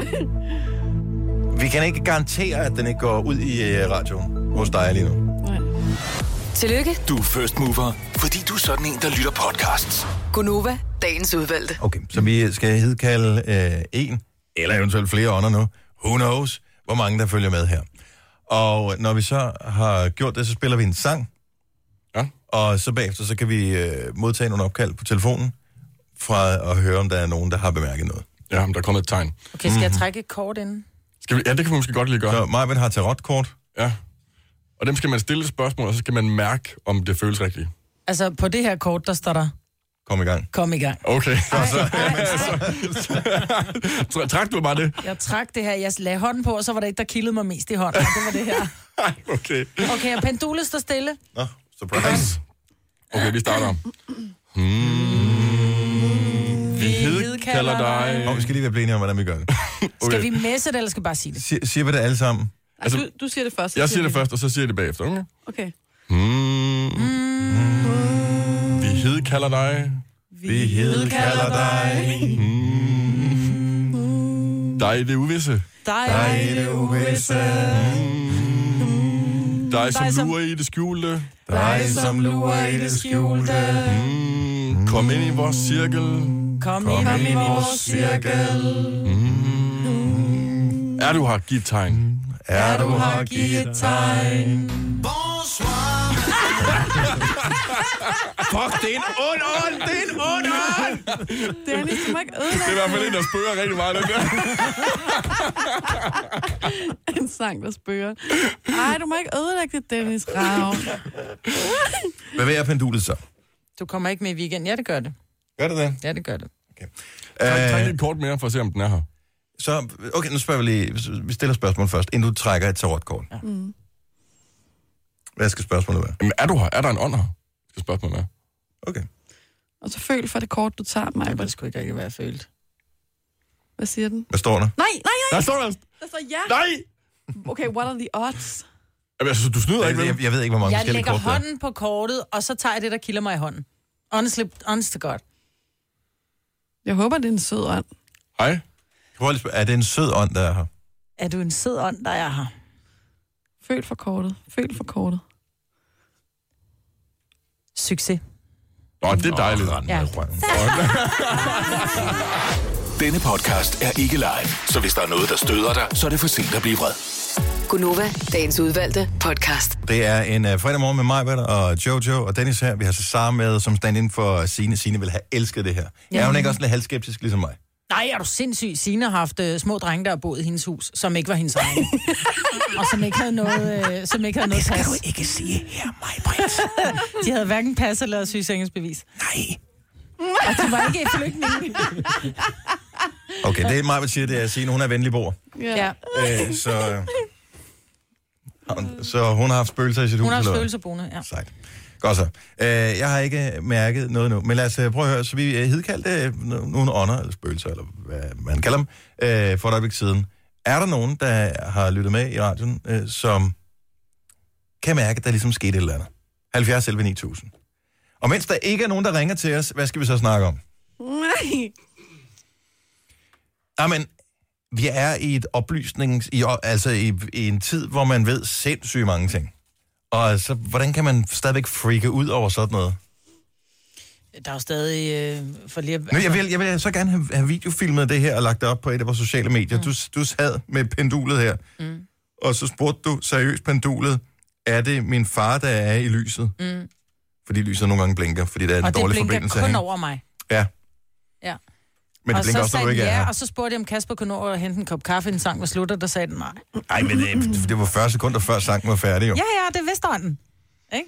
Speaker 1: Vi kan ikke garantere, at den ikke går ud i uh, radioen hos dig lige nu.
Speaker 2: Nej.
Speaker 7: Tillykke,
Speaker 6: Du er first mover, fordi du er sådan en, der lytter podcasts.
Speaker 7: Gunova, dagens udvalgte.
Speaker 1: Okay, så vi skal hedkalde øh, en, eller eventuelt flere ånder nu. Who knows, hvor mange der følger med her. Og når vi så har gjort det, så spiller vi en sang.
Speaker 4: Ja.
Speaker 1: Og så bagefter, så kan vi øh, modtage nogle opkald på telefonen, fra at høre, om der er nogen, der har bemærket noget.
Speaker 4: Ja, men der er kommet et tegn.
Speaker 3: Okay, skal jeg
Speaker 1: Mm.
Speaker 3: trække et kort inden?
Speaker 4: Skal vi... Ja, det kan vi måske godt lige gøre.
Speaker 1: Så Marvin har tarotkort.
Speaker 4: Ja. Og dem skal man stille et spørgsmål, og så skal man mærke, om det føles rigtigt.
Speaker 3: Altså, på det her kort, der står der,
Speaker 1: Kom i gang.
Speaker 3: kom i gang.
Speaker 4: Okay. Så trak du bare det?
Speaker 3: Jeg trak det her, jeg lagde hånden på, og så var det ikke, der kildede mig mest i hånden. Det var det her.
Speaker 4: Ej, okay.
Speaker 3: Okay, og pendulet står stille.
Speaker 1: Nå, surprise.
Speaker 4: Mhm. Okay, vi starter. Hmm. Vi hedkalder
Speaker 1: Nå,
Speaker 4: dig.
Speaker 1: vi skal lige være blevet enige om, hvordan vi gør det.
Speaker 3: Skal vi messe det, eller skal vi bare sige det?
Speaker 1: Si- siger vi det alle sammen?
Speaker 2: Altså, du, du siger det først. så
Speaker 4: Jeg siger det
Speaker 2: vi
Speaker 4: først, og så siger jeg det bagefter, okay?
Speaker 2: Okay.
Speaker 4: Hmm. Vi hedkalder dig.
Speaker 1: Vi hedkalder dig,
Speaker 4: Dig i det Hmm. uvisse.
Speaker 1: dig
Speaker 3: Dig,
Speaker 1: i det uvisse,
Speaker 4: Hmm. Dig,
Speaker 3: Dig,
Speaker 4: som
Speaker 3: som-
Speaker 4: lurer i det skjulte.
Speaker 1: dig som lurer i det skjulte.
Speaker 4: Hmm. Kom ind i vores cirkel.
Speaker 3: kom, kom ind i vores
Speaker 1: cirkel.
Speaker 4: Hmm. Er du her? Giv et tegn.
Speaker 1: Er du har givet tegn. Fuck, det er en ond ånd, det er en ond ånd.
Speaker 2: Dennis, du må ikke
Speaker 4: Det er
Speaker 2: ødelægge
Speaker 4: i hvert fald en, der spørger rigtig meget. Den der.
Speaker 2: en sang, der spørger. Nej, du må ikke ødelægge det, Dennis Rav.
Speaker 1: Hvad vil jeg pendulet så?
Speaker 3: Du kommer ikke med i weekenden. Ja, det gør det.
Speaker 1: Gør det det?
Speaker 3: Ja, det gør det.
Speaker 4: Tak, tak
Speaker 1: Øh,
Speaker 4: lige kort mere, for at se, om den er her.
Speaker 1: så, okay, nu spørger vi lige, vi stiller spørgsmål først, inden du trækker et tarotkort.
Speaker 2: Mm.
Speaker 1: Hvad skal spørgsmålet være?
Speaker 4: Jamen, er du her? Er der en ånd her? Skal spørgsmålet være.
Speaker 1: Okay.
Speaker 2: Og så føl for det kort, du tager mig.
Speaker 3: Det skulle ikke rigtig være følt.
Speaker 2: Hvad siger den?
Speaker 1: Hvad står der?
Speaker 2: Nej, nej, nej.
Speaker 4: Der står der.
Speaker 2: Der står ja.
Speaker 4: Nej!
Speaker 2: Okay, what are the odds?
Speaker 4: Jamen, altså, du snyder ikke, vel?
Speaker 1: Jeg, jeg, jeg ved ikke, hvor mange
Speaker 3: Jeg
Speaker 1: forskellige
Speaker 3: lægger
Speaker 1: kort der er.
Speaker 3: hånden på kortet, og så tager jeg det, der kilder mig i hånden. Honestly, honest to God.
Speaker 2: Jeg håber, det er en sød ånd.
Speaker 4: Hej.
Speaker 1: Prøv lige at spørge, Er det en sød ånd, der er her?
Speaker 3: Er du en sød ånd, der er her?
Speaker 2: Føl for kortet. Føl for kortet.
Speaker 3: Succes.
Speaker 4: Nå, det er dejligt.
Speaker 3: Ja.
Speaker 6: Denne podcast er ikke live, så hvis der er noget, der støder dig, så er det for sent at blive vred.
Speaker 7: Gunova, dagens udvalgte podcast.
Speaker 1: Det er en uh, fredag morgen med mig, Britt, og Jojo og Dennis her. Vi har Cesar med som stand-in for Sine. Sine vil have elsket det her. Ja. Er hun ikke også lidt halvskeptisk ligesom mig?
Speaker 3: Nej, er du sindssyg? Signe har haft øh, små drenge, der har boet i hendes hus, som ikke var hendes egne. og som ikke havde noget, øh, som ikke havde noget pas.
Speaker 6: ikke sige her, mig, Britt.
Speaker 3: De havde hverken pas eller sygesikringsbevis.
Speaker 6: Nej.
Speaker 3: øh, Og de var ikke flygtninge.
Speaker 1: Okay, det er mig, der siger, det er at Sine. Hun er venlig bor.
Speaker 3: Ja.
Speaker 1: Uh, så, uh, så hun har haft spøgelser i sit
Speaker 3: Hun
Speaker 1: hus?
Speaker 3: har
Speaker 1: eller hvad?
Speaker 3: spøgelser boende, ja.
Speaker 1: Sejt. Godt så. Øh, jeg har ikke mærket noget nu, men lad os øh, prøve at høre. Så vi øh, hedkaldte øh, no- nogle ånder, eller spøgelser, eller hvad man kalder dem, øh, for et øjeblik siden. Er der nogen, der har lyttet med i radioen, øh, som kan mærke, at der ligesom skete et eller andet? 70 11 9000. Og mens der ikke er nogen, der ringer til os, hvad skal vi så snakke om?
Speaker 2: Nej.
Speaker 1: Nej, Ah, men vi er i et oplysnings... I, altså i, i en tid, hvor man ved sindssygt mange ting. Og altså, hvordan kan man stadigvæk freake ud over sådan noget?
Speaker 3: Der er jo stadig øh, for lige... at-
Speaker 1: Nu, jeg, vil, jeg vil så gerne have, have videofilmet det her og lagt det op på et af vores sociale medier. Mm. Du, du sad med pendulet her, mm. og så spurgte du seriøst pendulet, er det min far, der er i lyset? Mm. Fordi lyset nogle gange blinker, fordi der er en
Speaker 3: og det
Speaker 1: dårlig
Speaker 3: blinker
Speaker 1: forbindelse.
Speaker 3: kun
Speaker 1: ikke?
Speaker 3: over mig.
Speaker 1: Ja,
Speaker 3: Ja.
Speaker 1: men det
Speaker 3: og
Speaker 1: blinker
Speaker 3: så
Speaker 1: også, når
Speaker 3: sagde
Speaker 1: du
Speaker 3: den
Speaker 1: ikke er
Speaker 3: ja,
Speaker 1: her.
Speaker 3: og så spurgte jeg, om Kasper kunne nå at hente en kop kaffe, en sang var slut, og der sagde den nej.
Speaker 1: Ej, men det, det var 40 sekunder før sangen var færdig, jo.
Speaker 3: Ja, ja, det vidste han. Ikke?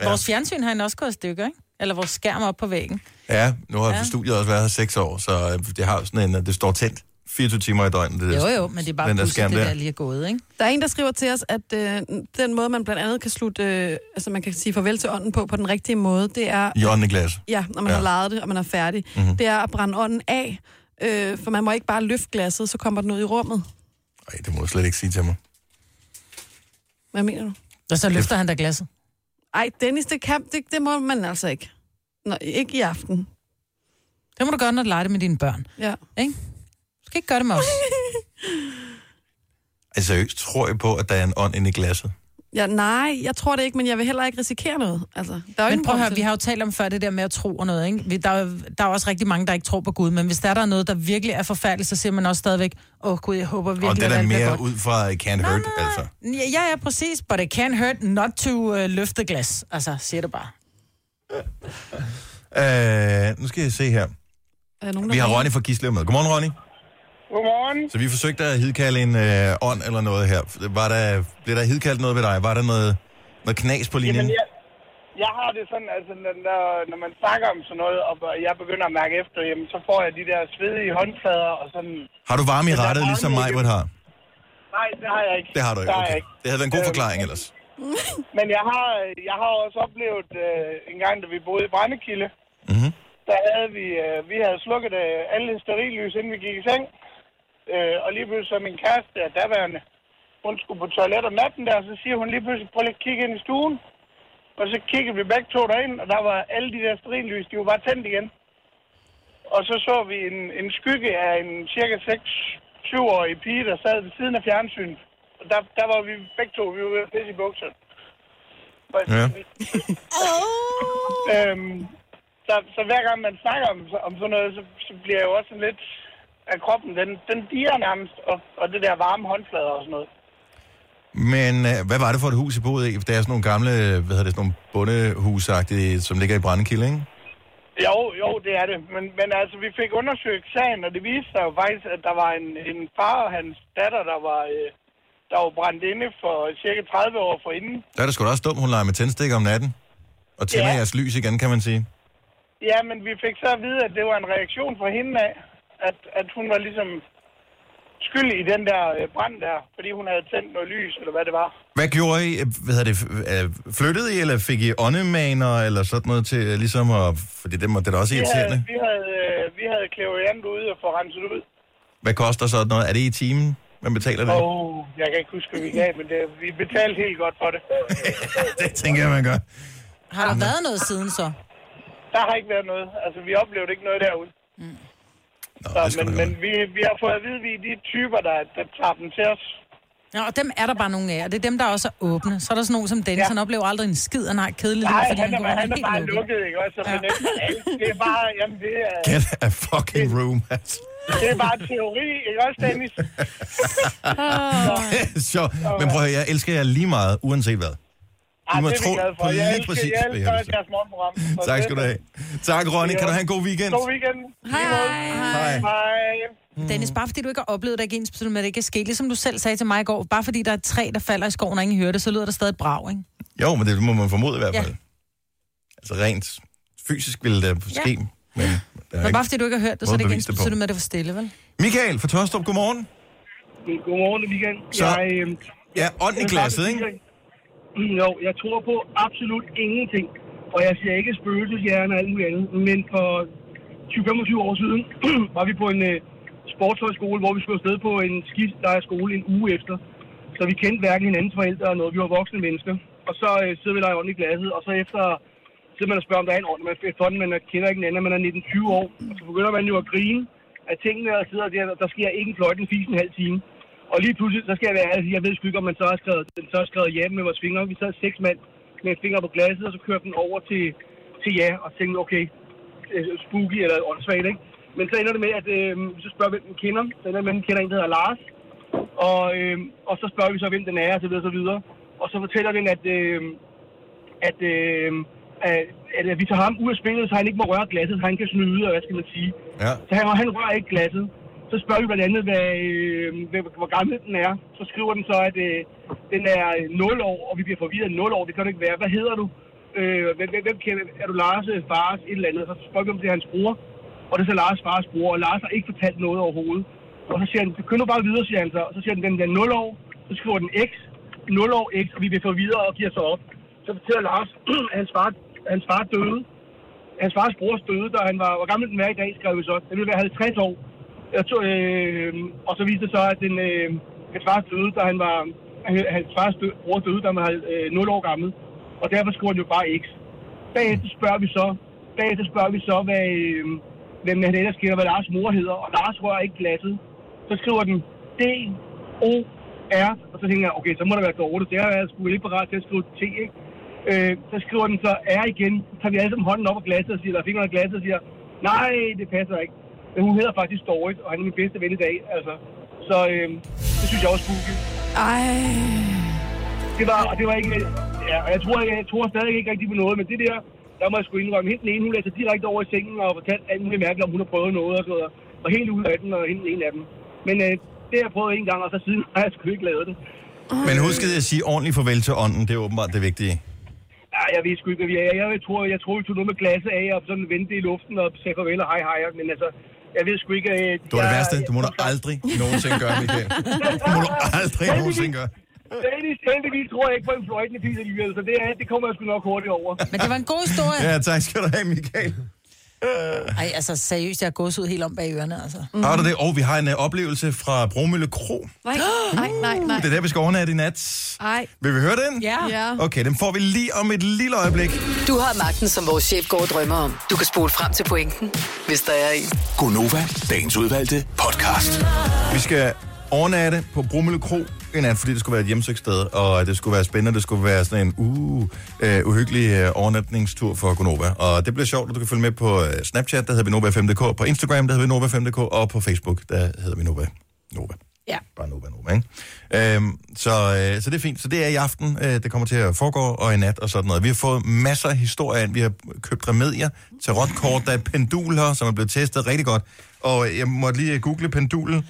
Speaker 3: Ja. Vores fjernsyn har han også gået i stykker, ikke? Eller vores skærm op på væggen.
Speaker 1: Ja, nu har ja. studiet også været her 6 år, så øh, det har sådan en, øh, det står tændt 24 timer i døgnet. Det der,
Speaker 3: Jo, jo, men det er bare
Speaker 1: den der
Speaker 3: pudset,
Speaker 1: skærm
Speaker 3: det
Speaker 1: der.
Speaker 3: der lige er gået, ikke?
Speaker 2: Der er en, der skriver til os, at øh, den måde, man blandt andet kan slutte, øh, altså man kan sige farvel til ånden på, på den rigtige måde, det er,
Speaker 1: I åndende glas.
Speaker 2: ja, når man
Speaker 1: Ja.
Speaker 2: ja. har lejet det, og man er færdig, mm-hmm. det er at brænde ånden af, øh, for man må ikke bare løfte glasset, så kommer den ud i rummet.
Speaker 1: Ej, det må du slet ikke sige til mig.
Speaker 2: Hvad mener du?
Speaker 3: Og så løfter han der glasset.
Speaker 2: Ej, Dennis, det, kan, det, det må man altså ikke. Nå, ikke i aften.
Speaker 3: Det må du gøre, når du leger det med dine børn.
Speaker 2: Ja.
Speaker 3: Ikke? Du skal ikke gøre det med os.
Speaker 1: Altså, seriøst, tror jeg på, at der er en ånd inde i glasset?
Speaker 2: ja. nej, jeg tror det ikke, men jeg vil heller ikke risikere noget. Altså, der er jo
Speaker 3: Men
Speaker 2: ingen
Speaker 3: prøv at
Speaker 2: grund
Speaker 3: høre,
Speaker 2: til
Speaker 3: vi
Speaker 2: det.
Speaker 3: har jo talt om før det der med at tro og noget, ikke? Vi- Der er, jo- der er jo også rigtig mange, der ikke tror på Gud, men hvis der er der noget, der virkelig er forfærdeligt, så siger man også stadigvæk, åh oh, Gud, jeg håber virkelig,
Speaker 1: Og det er
Speaker 3: at
Speaker 1: da
Speaker 3: alt bliver
Speaker 1: mere
Speaker 3: godt.
Speaker 1: ud fra øh, Can't Hurt, altså.
Speaker 3: Ja, ja, ja, præcis, but it can't hurt not to uh, løfte glas. Altså, siger det bare.
Speaker 1: Øh, nu skal jeg se her.
Speaker 2: Er der nogen,
Speaker 1: Vi
Speaker 2: der
Speaker 1: har
Speaker 2: ringer?
Speaker 1: Ronny fra Gislev med. Godmorgen, Ronny.
Speaker 10: Godmorgen.
Speaker 1: Så vi forsøgte at hidkalde en øh, ånd eller noget her. Var der, blev der hidkaldt noget ved dig? Var der noget, noget knas på linjen?
Speaker 10: Jamen, jeg, jeg har det sådan, altså, når, når- når man snakker om sådan noget, og jeg begynder at mærke efter, jamen, så får jeg de der svedige håndflader og sådan.
Speaker 1: Har du varme i
Speaker 10: der er
Speaker 1: rettet,
Speaker 10: varme
Speaker 1: ligesom
Speaker 10: i-
Speaker 1: mig, har?
Speaker 10: Nej, det har jeg ikke.
Speaker 1: Det har du ikke,
Speaker 10: Det har jeg
Speaker 1: okay.
Speaker 10: ikke.
Speaker 1: Det havde været en god
Speaker 10: Øhm,
Speaker 1: forklaring ellers.
Speaker 10: Men jeg har, jeg har også oplevet øh, en gang, da vi boede i Brændekilde,
Speaker 1: Mhm.
Speaker 10: der havde vi, øh, vi havde slukket øh, alle sterillys, inden vi gik i seng. Øh, og lige pludselig så min kæreste, der daværende, hun skulle på toilet om natten der, så siger hun lige pludselig, prøv lige at kigge ind i stuen. Og så kiggede vi begge to derind, og der var alle de der sterillys, de var bare tændt igen. Og så så vi en, en skygge af en cirka 6-7-årig pige, der sad ved siden af fjernsynet. Og der, der var vi begge to, vi var ved at pisse i bukserne. Men-
Speaker 1: Ja.
Speaker 10: øhm, så, så hver gang man snakker om, om sådan noget, så, så bliver jeg jo også sådan lidt af kroppen, den, den diger nærmest, og, og det der varme håndflader og sådan noget.
Speaker 1: Men øh, hvad var det for et hus, I boede i? Det er sådan nogle gamle, øh, hvad hedder det, sådan nogle bondehusagtige, som ligger i Brændekilde, ikke?
Speaker 10: Jo, jo, det er det. Men, men altså, vi fik undersøgt sagen, og det viste sig jo faktisk, at der var en, en far og hans datter, der var, øh, der var brændt inde for cirka 30 år forinden.
Speaker 1: Der er det sgu da også dumt, hun leger med tændstikker om natten. Og tænder ja.
Speaker 10: Ja.
Speaker 1: jeres lys igen, kan man sige.
Speaker 10: Ja, men vi fik så at vide, at det var en reaktion fra hende af, at, at hun var ligesom skyld i den der øh, brand der, fordi hun havde tændt noget lys, eller hvad det var.
Speaker 1: Hvad gjorde I? Øh, Hvad hedder det, f- øh, flyttede I, eller fik I åndemaner, eller sådan noget til øh, ligesom at... Fordi det, må, det er da også
Speaker 10: Vi havde,
Speaker 1: irriterende.
Speaker 10: vi havde, øh, vi havde klaviant ude og få renset ud.
Speaker 1: Hvad koster sådan noget? Er det i timen? Hvem betaler det?
Speaker 10: Åh, oh, jeg kan ikke huske, hvad vi gav, men det, vi betalte helt godt for det.
Speaker 1: Det tænker jeg, man gør.
Speaker 3: Har der været noget siden så?
Speaker 10: Der har ikke været noget. Altså, vi oplevede ikke noget derude.
Speaker 1: Nå,
Speaker 10: Så,
Speaker 1: det skal
Speaker 10: men
Speaker 1: man
Speaker 10: men
Speaker 1: gøre.
Speaker 10: vi, vi har fået at vide, at vi er de typer, der, der tager dem til os.
Speaker 3: Ja, og dem er der bare nogle af, og det er dem, der også er åbne. Så er der sådan nogen som Dennis, ja.
Speaker 10: Ja.
Speaker 3: han oplever aldrig en skid, han har kedelighed,
Speaker 10: Nej,
Speaker 3: fordi
Speaker 10: han er,
Speaker 3: han, går rundt
Speaker 10: han er
Speaker 3: helt
Speaker 10: bare
Speaker 3: lukket.
Speaker 10: lukket, ikke også? Så ja. Det er bare, jamen, det er,
Speaker 1: Get a fucking room, altså.
Speaker 10: det er bare teori, ikke også, Dennis?
Speaker 1: Det er sjovt. Men prøv at høre, jeg elsker jer lige meget, uanset hvad.
Speaker 10: Ej,
Speaker 1: må
Speaker 10: det er
Speaker 1: tro
Speaker 10: vi glade for.
Speaker 1: på
Speaker 10: Jeg
Speaker 1: lige
Speaker 10: elsker,
Speaker 1: præcis,
Speaker 10: jeg
Speaker 1: hvad jeg
Speaker 10: elsker
Speaker 1: har
Speaker 10: også
Speaker 1: sagt.
Speaker 10: jeres morgenprogram. Så
Speaker 1: Tak
Speaker 10: det-
Speaker 1: skal du have. Tak, Ronny. Kan du have en god weekend?
Speaker 10: God weekend.
Speaker 2: Hej.
Speaker 1: Hej.
Speaker 10: Hej.
Speaker 3: Dennis, bare fordi du ikke har oplevet det, ikke ens betyder, med, at det ikke er sket. Ligesom du selv sagde til mig i går, bare fordi der er et træ, der falder i skoven, og ingen hører det, så lyder der stadig et brag, ikke?
Speaker 1: Jo, men det må man formode i hvert
Speaker 3: Ja.
Speaker 1: fald. Altså rent fysisk ville det ske. Ja. Men, der er
Speaker 3: Men
Speaker 1: ikke...
Speaker 3: bare fordi du ikke har hørt det, så
Speaker 1: Måde
Speaker 3: er det ikke
Speaker 1: at bevise
Speaker 3: ens
Speaker 1: det på.
Speaker 3: betyder, med, at det var stille, vel?
Speaker 1: Michael fra Tørstrup, godmorgen.
Speaker 10: Godmorgen og weekend.
Speaker 1: Så-
Speaker 10: Jeg, øh,
Speaker 1: Ja, ånden i glasset, ikke?
Speaker 10: Jo, jeg tror på absolut ingenting. Og jeg siger ikke spøgelseshjerne og alt muligt andet. Men for 20-25 år siden var vi på en øh, sportshøjskole, hvor vi skulle afsted på en skilejrskole en uge efter. Så vi kendte hverken hinandens forældre eller noget. Vi var voksne mennesker. Og så øh, sidder vi der i ånden i glasset, og så efter sidder man og spørger, om der er en ånd, og man, efterhånden, man kender ikke hinanden, man er 19-20 år. Og så begynder man jo at grine
Speaker 11: af tingene og sidder der, der sker ikke en fløjten fis en halv time. Og lige pludselig, så skal jeg være ærlig, jeg ved sgu ikke, om man så har skrevet, den så har skrevet ja med vores fingre. Vi sad seks mand med en finger på glasset, og så kørte den over til, til ja, og tænkte, okay, øh, spooky eller åndssvagt, ikke? Men så ender det med, at øh, så spørger vi, hvem den kender. Så ender det med, at den kender en, der hedder Lars. Og, øh, og så spørger vi så, hvem den er, og så videre, og så videre. Og så fortæller den, at, øh, at, øh, at, at, at, vi tager ham ud af spillet, så han ikke må røre glasset, så han kan snyde, og hvad skal man sige.
Speaker 1: Ja.
Speaker 11: Så han, han rører ikke glasset. Så spørger vi blandt andet, hvad, øh, hvad- hvor gammel den er. Så skriver den så, at øh, den er 0 år, og vi bliver forvirret 0 år. Det kan det ikke være. Hvad hedder du? Øh, hvem, hvem, hvem kan- er du Lars øh, fars et eller andet? Så spørger vi, om det er hans bror. Og det er så Lars fars bror, og Lars har ikke fortalt noget overhovedet. Og så siger han, begynd nu bare videre, siger han så. Og så siger den, den er 0 år. Så skriver den X, 0 år X, og vi bliver forvirret og giver sig op. Så fortæller Lars, at hans far, hans far døde hans fars brors døde, da han var, hvor gammel den er i dag, skrev vi så. Den ville være 50 år. Jeg tog, øh, og så viste det sig, at den, øh, hans fars døde, da han var, han- hans fars dø, bror døde, da han var øh, 0 år gammel. Og derfor skrev han jo bare X. Bagefter spørger vi så, bagefter spørger vi så, hvad, øh, hvem han ellers kender, hvad Lars mor hedder. Og Lars rører ikke glasset. Så skriver den D, O, R. Og så tænker jeg, okay, så må der være dårligt. Det har jeg sgu ikke parat til at skrive T, ikke? Øh, så skriver den så R igen. Så tager vi alle sammen hånden op af glasset og siger, eller fingeren af glasset og siger, nej, det passer ikke. Men hun hedder faktisk Doris, og han er min bedste ven i dag, altså. Så øh, det synes jeg også spooky.
Speaker 2: Ej.
Speaker 11: Det var, og det var ikke... Ja, og jeg tror, jeg, jeg tror stadig ikke rigtig på noget, men det der, der må jeg sgu indrømme. Helt den ene, hun lagde sig direkte over i sengen og fortalte alt muligt mærkeligt, om hun har prøvet noget og sådan noget. Og helt ud af den, og helt den ene af dem. Men øh, det har jeg prøvet en gang, og så siden har jeg sgu ikke lavet det.
Speaker 1: Men huskede jeg at sige ordentligt farvel til ånden, det er åbenbart det vigtige.
Speaker 11: Ja, jeg ved sgu ikke, hvad vi er. Jeg, jeg, tror, jeg tror, vi tog noget med glasset af og sådan vendte det i luften og sagde farvel og hej hej. Men altså, jeg ved sgu ikke... Øh,
Speaker 1: Det var det
Speaker 11: jeg-
Speaker 1: værste, det må du aldrig nogensinde gøre, Michael. Det må du aldrig nogensinde gøre.
Speaker 11: Heldigvis, heldigvis tror jeg ikke på en fløjtende pige alligevel, så det, er, det kommer jeg sgu nok hurtigt over.
Speaker 3: Men det var en god historie.
Speaker 1: Ja, tak skal du have, Michael.
Speaker 3: Ej, altså seriøst, jeg har gået ud helt om bag ørerne, altså.
Speaker 1: Mm. Har du det? Og vi har en øh, oplevelse fra Bromølle Kro.
Speaker 2: Nej, nej, nej, nej.
Speaker 1: Det er der, vi skal overnatte i nat.
Speaker 2: Ej.
Speaker 1: Vil vi høre den?
Speaker 2: Ja. Ja.
Speaker 1: Okay, den får vi lige om et lille øjeblik.
Speaker 7: Du har magten, som vores chef går og drømmer om. Du kan spole frem til pointen, hvis der er en.
Speaker 6: Gonova, dagens udvalgte podcast.
Speaker 1: Vi skal overnatte på Brummelø Kro i nat, fordi det skulle være et hjemsøgt sted, og det skulle være spændende, det skulle være sådan en uh, uh, uhyggelig uh, overnatningstur for Gonova. Og det bliver sjovt, og du kan følge med på øh, Snapchat, der hedder vi Nova5.dk, på Instagram, der hedder vi Nova5.dk, og på Facebook, der hedder vi Nova. Nova.
Speaker 9: Ja.
Speaker 1: Bare Nova Nova, ikke? Øhm, så, øh, så det er fint. Så det er i aften, øh, det kommer til at foregå, og i nat og sådan noget. Vi har fået masser af historier ind. Vi har købt remedier, tarotkort, der er penduler, som er blevet testet rigtig godt. Og øh, jeg måtte lige google pendulet,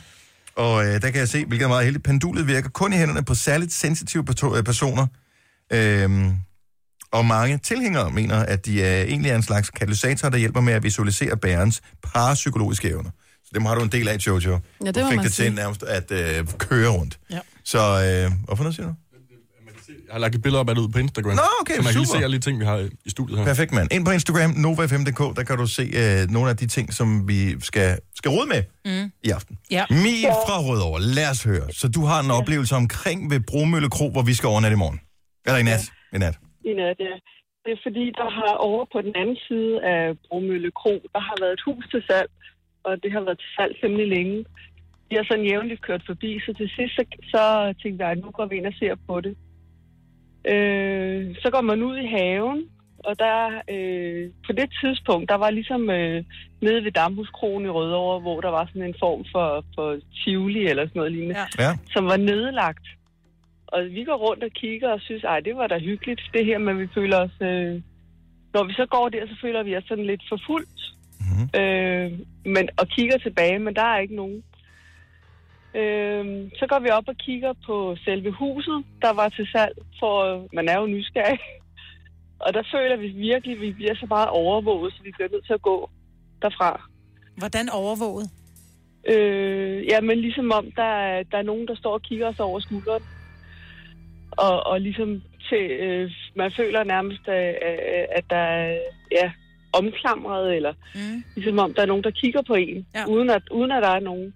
Speaker 1: og øh, der kan jeg se, hvilket er meget heldigt. Pendulet virker kun i hænderne på særligt sensitive perto- øh, personer. Øhm, og mange tilhængere mener, at de er, egentlig er en slags katalysator, der hjælper med at visualisere bærens parapsykologiske evner. Så dem har du en del af, Jojo.
Speaker 2: Ja, det
Speaker 1: Du
Speaker 2: må
Speaker 1: fik
Speaker 2: man
Speaker 1: det til
Speaker 2: sige.
Speaker 1: nærmest at øh, køre rundt.
Speaker 3: Ja.
Speaker 1: Så, øh, hvorfor noget siger du?
Speaker 4: Jeg har lagt et billede op af det ud på Instagram.
Speaker 1: Nå, okay,
Speaker 4: så man kan lige
Speaker 1: super.
Speaker 4: se alle de ting, vi har i studiet her.
Speaker 1: Perfekt, mand. Ind på Instagram, nova5.dk, der kan du se øh, nogle af de ting, som vi skal, skal rode med mm. i aften.
Speaker 3: Ja.
Speaker 1: Mie fra Rødovre, lad os høre. Så du har en oplevelse omkring ved Bromølle Kro, hvor vi skal overnatte i morgen. Eller i nat. I nat.
Speaker 12: i nat, ja. Det er fordi, der har over på den anden side af Bromølle Kro, der har været et hus til salg, og det har været til salg temmelig længe. De har sådan jævnligt kørt forbi, så til sidst så, så tænkte jeg, at nu går vi ind og ser på det. Øh, så går man ud i haven, og der øh, på det tidspunkt, der var ligesom øh, nede ved Damhuskronen i Rødovre, hvor der var sådan en form for, for Tivoli eller sådan noget lignende,
Speaker 3: Ja.
Speaker 1: Ja.
Speaker 12: som var nedlagt. Og vi går rundt og kigger og synes, ej, det var da hyggeligt, det her, men vi føler os... Øh, når vi så går der, så føler vi os sådan lidt forfulgt. Mm-hmm. Øh, men, og kigger tilbage, men der er ikke nogen. Øh, så går vi op og kigger på selve huset, der var til salg, for øh, man er jo nysgerrig. Og der føler vi virkelig, at vi bliver så meget overvåget, så vi bliver nødt til at gå derfra.
Speaker 3: Hvordan overvåget?
Speaker 12: Øh, ja, men ligesom om, der er, der er nogen, der står og kigger os over skulderen. Og, og ligesom til, øh, man føler nærmest, øh, øh, at der er ja, omklamret, eller
Speaker 3: Mm.
Speaker 12: ligesom om, der er nogen, der kigger på en,
Speaker 3: Ja.
Speaker 12: ja. uden, at, uden at der er nogen.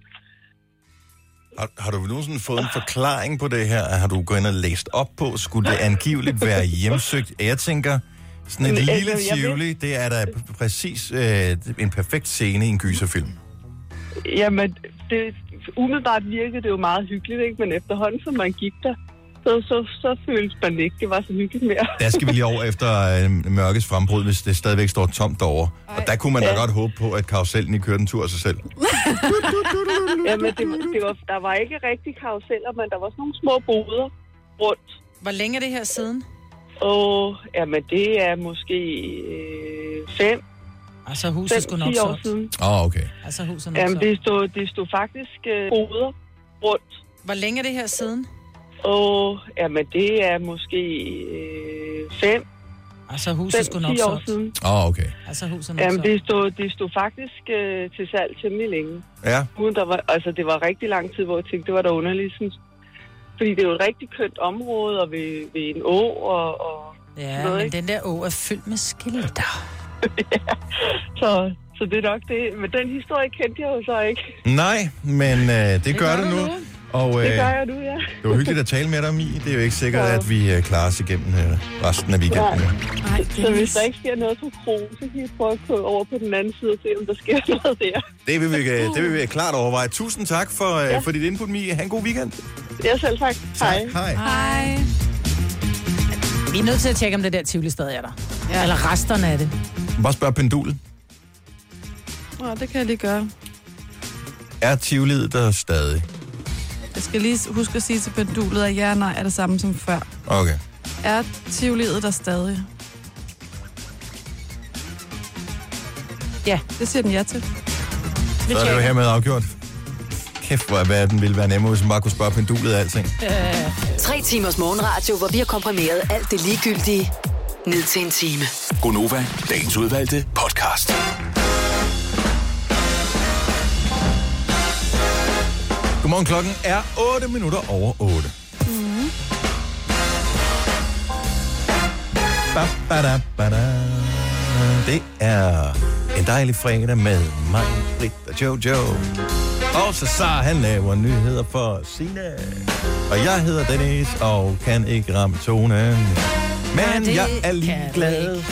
Speaker 1: Har, har du nogensinde fået en forklaring på det her? Har du gået ind og læst op på? Skulle det angiveligt være hjemsøgt? Jeg tænker, sådan et
Speaker 12: Men, altså,
Speaker 1: lille
Speaker 12: jeg ved-
Speaker 1: Tivoli, det er da præcis øh, en perfekt scene i en gyserfilm.
Speaker 12: Jamen, det, umiddelbart virkede det jo meget hyggeligt, ikke? men efterhånden, som man gik der, så, så, så følte man ikke, det var så hyggeligt mere.
Speaker 1: Der skal vi lige over efter øh, mørkets frembrud, hvis det stadigvæk står tomt derovre. Og der kunne man da godt håbe på, at karusellen i kørte en tur af sig selv.
Speaker 12: Jamen, det, var- det var, der var ikke rigtig karuseller, men der var sådan nogle små boder rundt.
Speaker 3: Hvor længe er det her siden?
Speaker 12: Åh, jamen det er måske øh, fem.
Speaker 3: Altså huset skulle nok
Speaker 12: ti år
Speaker 3: solgt.
Speaker 12: siden.
Speaker 1: Åh, oh, okay.
Speaker 3: Altså huset er nok
Speaker 12: Jamen, det
Speaker 3: solgt.
Speaker 12: stod, det stod faktisk øh, boder rundt.
Speaker 3: Hvor længe er det her siden?
Speaker 12: Åh, jamen det er måske øh, fem.
Speaker 3: Altså huset
Speaker 12: fem,
Speaker 3: skulle nok
Speaker 12: ti år
Speaker 3: solgt.
Speaker 12: siden.
Speaker 1: Åh, oh, okay.
Speaker 3: Altså huset er nok
Speaker 12: Jamen,
Speaker 3: solgt.
Speaker 12: det stod, det stod faktisk øh, til salg temmelig længe.
Speaker 1: Ja.
Speaker 12: Uden der var, altså, det var rigtig lang tid, hvor jeg tænkte, det var da underligt. Sådan, fordi det er jo et rigtig kønt område, og ved, ved en å, og, og
Speaker 3: Ja, men den der å er fyldt med skeletter.
Speaker 12: så, så det er nok det. Men den historie kendte jeg jo så ikke.
Speaker 1: Nej, men øh, det, det gør du nu. Og, øh,
Speaker 12: det gør jeg nu, ja.
Speaker 1: det var hyggeligt at tale med dig, Mi. Det er jo ikke sikkert, at vi øh, klarer os igennem øh, resten af weekenden.
Speaker 12: Nej.
Speaker 1: Ja.
Speaker 2: Ej,
Speaker 12: så hvis der ikke sker noget på krogen, så kan I prøve at gå over på den anden side og se, om der sker noget der.
Speaker 1: Det vil, vi, øh, det vil vi klart overveje. Tusind tak for, øh,
Speaker 12: Ja.
Speaker 1: for dit input, Mi. Ha' en god weekend.
Speaker 12: Jeg selv tak. Hej.
Speaker 1: Hej.
Speaker 2: Hej.
Speaker 3: Vi er nødt til at tjekke, om det der Tivoli stadig er der. Ja. Eller resterne af det.
Speaker 1: Bare spørg pendulet.
Speaker 2: Nå, det kan jeg lige gøre.
Speaker 1: Er Tivoliet der stadig?
Speaker 2: Jeg skal lige huske at sige til pendulet, at ja og nej er det samme som før.
Speaker 1: Okay.
Speaker 2: Er tivoliet der stadig?
Speaker 3: Ja.
Speaker 2: Det siger den ja til.
Speaker 1: Så er det jo hermed afgjort. Kæft, hvor er verden ville være nemmere, hvis man bare kunne spørge pendulet af alting.
Speaker 7: Tre timers morgenradio, hvor vi har komprimeret alt det ligegyldige ned til en time.
Speaker 6: Gonova, dagens udvalgte podcast.
Speaker 1: Godmorgen, klokken er 8 minutter over 8.
Speaker 2: Mm.
Speaker 1: Ba, ba, da, ba, da. Det er en dejlig fredag med mig, Britt og Jojo. Og så Sara, han laver nyheder for Sina. Og jeg hedder Dennis og kan ikke ramme tonen. Men
Speaker 13: det
Speaker 1: jeg er
Speaker 13: kan du
Speaker 1: ligeglad.
Speaker 13: ikke.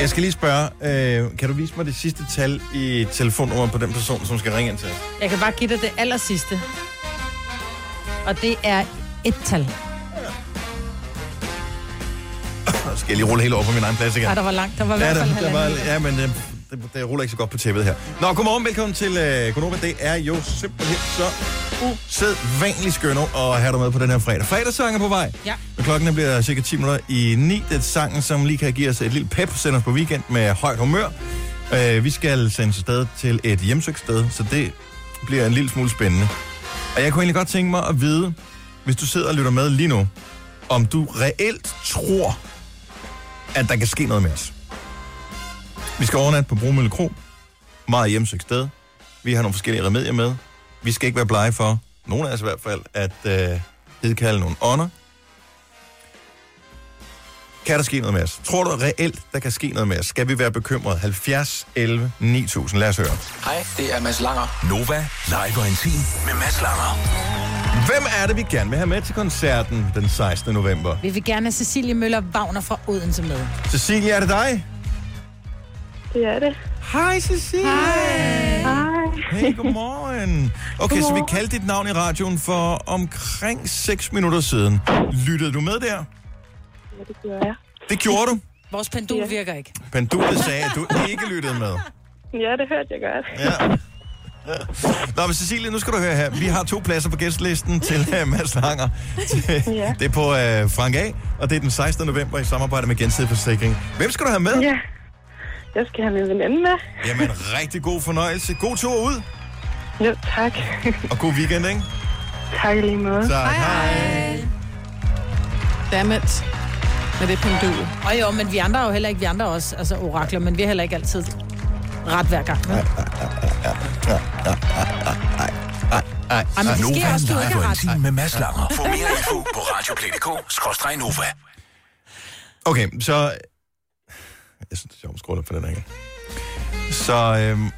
Speaker 1: Jeg skal lige spørge, øh, kan du vise mig det sidste tal i telefonnummeret på den person, som skal ringe ind til?
Speaker 3: Jeg kan bare give dig det aller sidste. Og det er et tal.
Speaker 1: Så skal jeg lige rulle helt over på min egen plads igen.
Speaker 3: Ej, der var langt. Der var i
Speaker 1: Ja,
Speaker 3: hvert fald
Speaker 1: der, der var,
Speaker 3: halvanden.
Speaker 1: ja, men det, det, det ruller ikke så godt på tæppet her. Nå, godmorgen, velkommen til øh, Konoba. Det er jo simpelthen så usædvanligt skønt at have dig med på den her fredag. Fredagssang er på vej.
Speaker 3: Ja.
Speaker 1: Og klokken bliver cirka 10 minutter i 9. Det er sangen, som lige kan give os et lille pep, sende os på weekend med højt humør. Øh, vi skal sendes afsted til et hjemsøgt sted, så det bliver en lille smule spændende. Og jeg kunne egentlig godt tænke mig at vide, hvis du sidder og lytter med lige nu, om du reelt tror, at der kan ske noget med os. Vi skal overnatte på Bromølle Kro. Meget hjemsøgt sted. Vi har nogle forskellige remedier med. Vi skal ikke være blege for, nogen af os i hvert fald, at øh, hedkalde nogle ånder. Kan der ske noget med os? Tror du reelt, der kan ske noget med os? Skal vi være bekymrede? 70, 11, 9000. Lad os høre.
Speaker 6: Hej, det er Mads Langer. Nova, live og intim med Mads Langer.
Speaker 1: Hvem er det, vi gerne vil have med til koncerten den 16. november?
Speaker 3: Vi vil gerne have Cecilie Møller Wagner fra Odense med.
Speaker 1: Cecilie, er det dig?
Speaker 12: Det er det.
Speaker 1: Hej, Cecilie. Hej.
Speaker 12: Hej.
Speaker 1: Hey, godmorgen. Okay, så vi kaldte dit navn i radioen for omkring 6 minutter siden. Lyttede du med der?
Speaker 12: Ja, det gør jeg.
Speaker 1: Det gjorde du.
Speaker 3: Vores pendul virker ikke.
Speaker 1: Pendulet sagde, at du ikke lyttede med.
Speaker 12: Ja, det hørte jeg godt.
Speaker 1: Nå, men Cecilie, nu skal du høre her. Vi har to pladser på gæstlisten til uh, Mads Langer. Til-
Speaker 12: Ja.
Speaker 1: Det er på uh, Frank A, og det er den 16. november i samarbejde med Gensidig Forsikring. Hvem skal du have med?
Speaker 12: Ja. Jeg skal have min veninde med.
Speaker 1: Jamen, rigtig god fornøjelse. God tur ud,
Speaker 12: Jo, tak.
Speaker 1: og god weekend, ikke?
Speaker 12: tak i lige måde.
Speaker 1: Tak. Hej.
Speaker 2: Dammit. Med det pendul.
Speaker 3: Og jo, men vi andre er jo heller ikke, vi andre er også, altså orakler, men vi er heller ikke altid ret hver gang. vel?
Speaker 1: Ej,
Speaker 3: Ej, men det
Speaker 6: Nova,
Speaker 3: sker også, du ikke
Speaker 6: live
Speaker 3: har
Speaker 6: og
Speaker 3: ret.
Speaker 6: intim med Mads Langer. Få mere info på radioplay.dk-nova.
Speaker 1: Okay, så... Jeg synes, det er sjovt at scrolle op for den her igen. Så, øhm,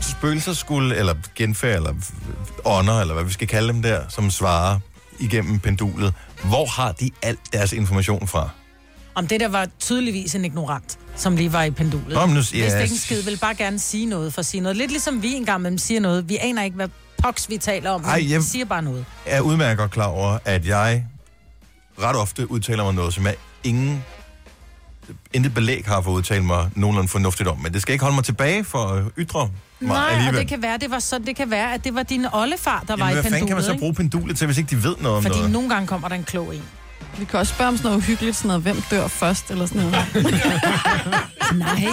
Speaker 1: så spøgelser skulle, eller genfærd, eller ånder, eller hvad vi skal kalde dem der, som svarer igennem pendulet. Hvor har de alt deres information fra?
Speaker 3: Om det der var tydeligvis en ignorant, som lige var i pendulet.
Speaker 1: Nå, men nu-
Speaker 3: Hvis det
Speaker 1: ja,
Speaker 3: ikke en skid, vil bare gerne sige noget for at sige noget. Lidt ligesom vi engang imellem siger noget. Vi aner ikke, hvad poks vi taler om, men
Speaker 1: Ej, jeg-
Speaker 3: vi siger bare noget.
Speaker 1: er udmærket godt klar over, at jeg ret ofte udtaler mig noget, som jeg ingen intet belæg har for at udtale mig nogenlunde fornuftigt om. Men det skal ikke holde mig tilbage for at ytre mig
Speaker 3: Nej,
Speaker 1: alligevel.
Speaker 3: og det kan være, det var sådan, det kan være, at det var din oldefar, der
Speaker 1: Jamen,
Speaker 3: var i
Speaker 1: hvad
Speaker 3: pendulet.
Speaker 1: fanden kan man så
Speaker 3: ikke?
Speaker 1: bruge pendulet til, hvis ikke de ved noget om
Speaker 3: Fordi
Speaker 1: noget?
Speaker 3: nogle gange kommer der en klog en.
Speaker 2: Vi kan også spørge om sådan noget uhyggeligt, sådan noget, hvem dør først, eller sådan noget.
Speaker 3: Nej.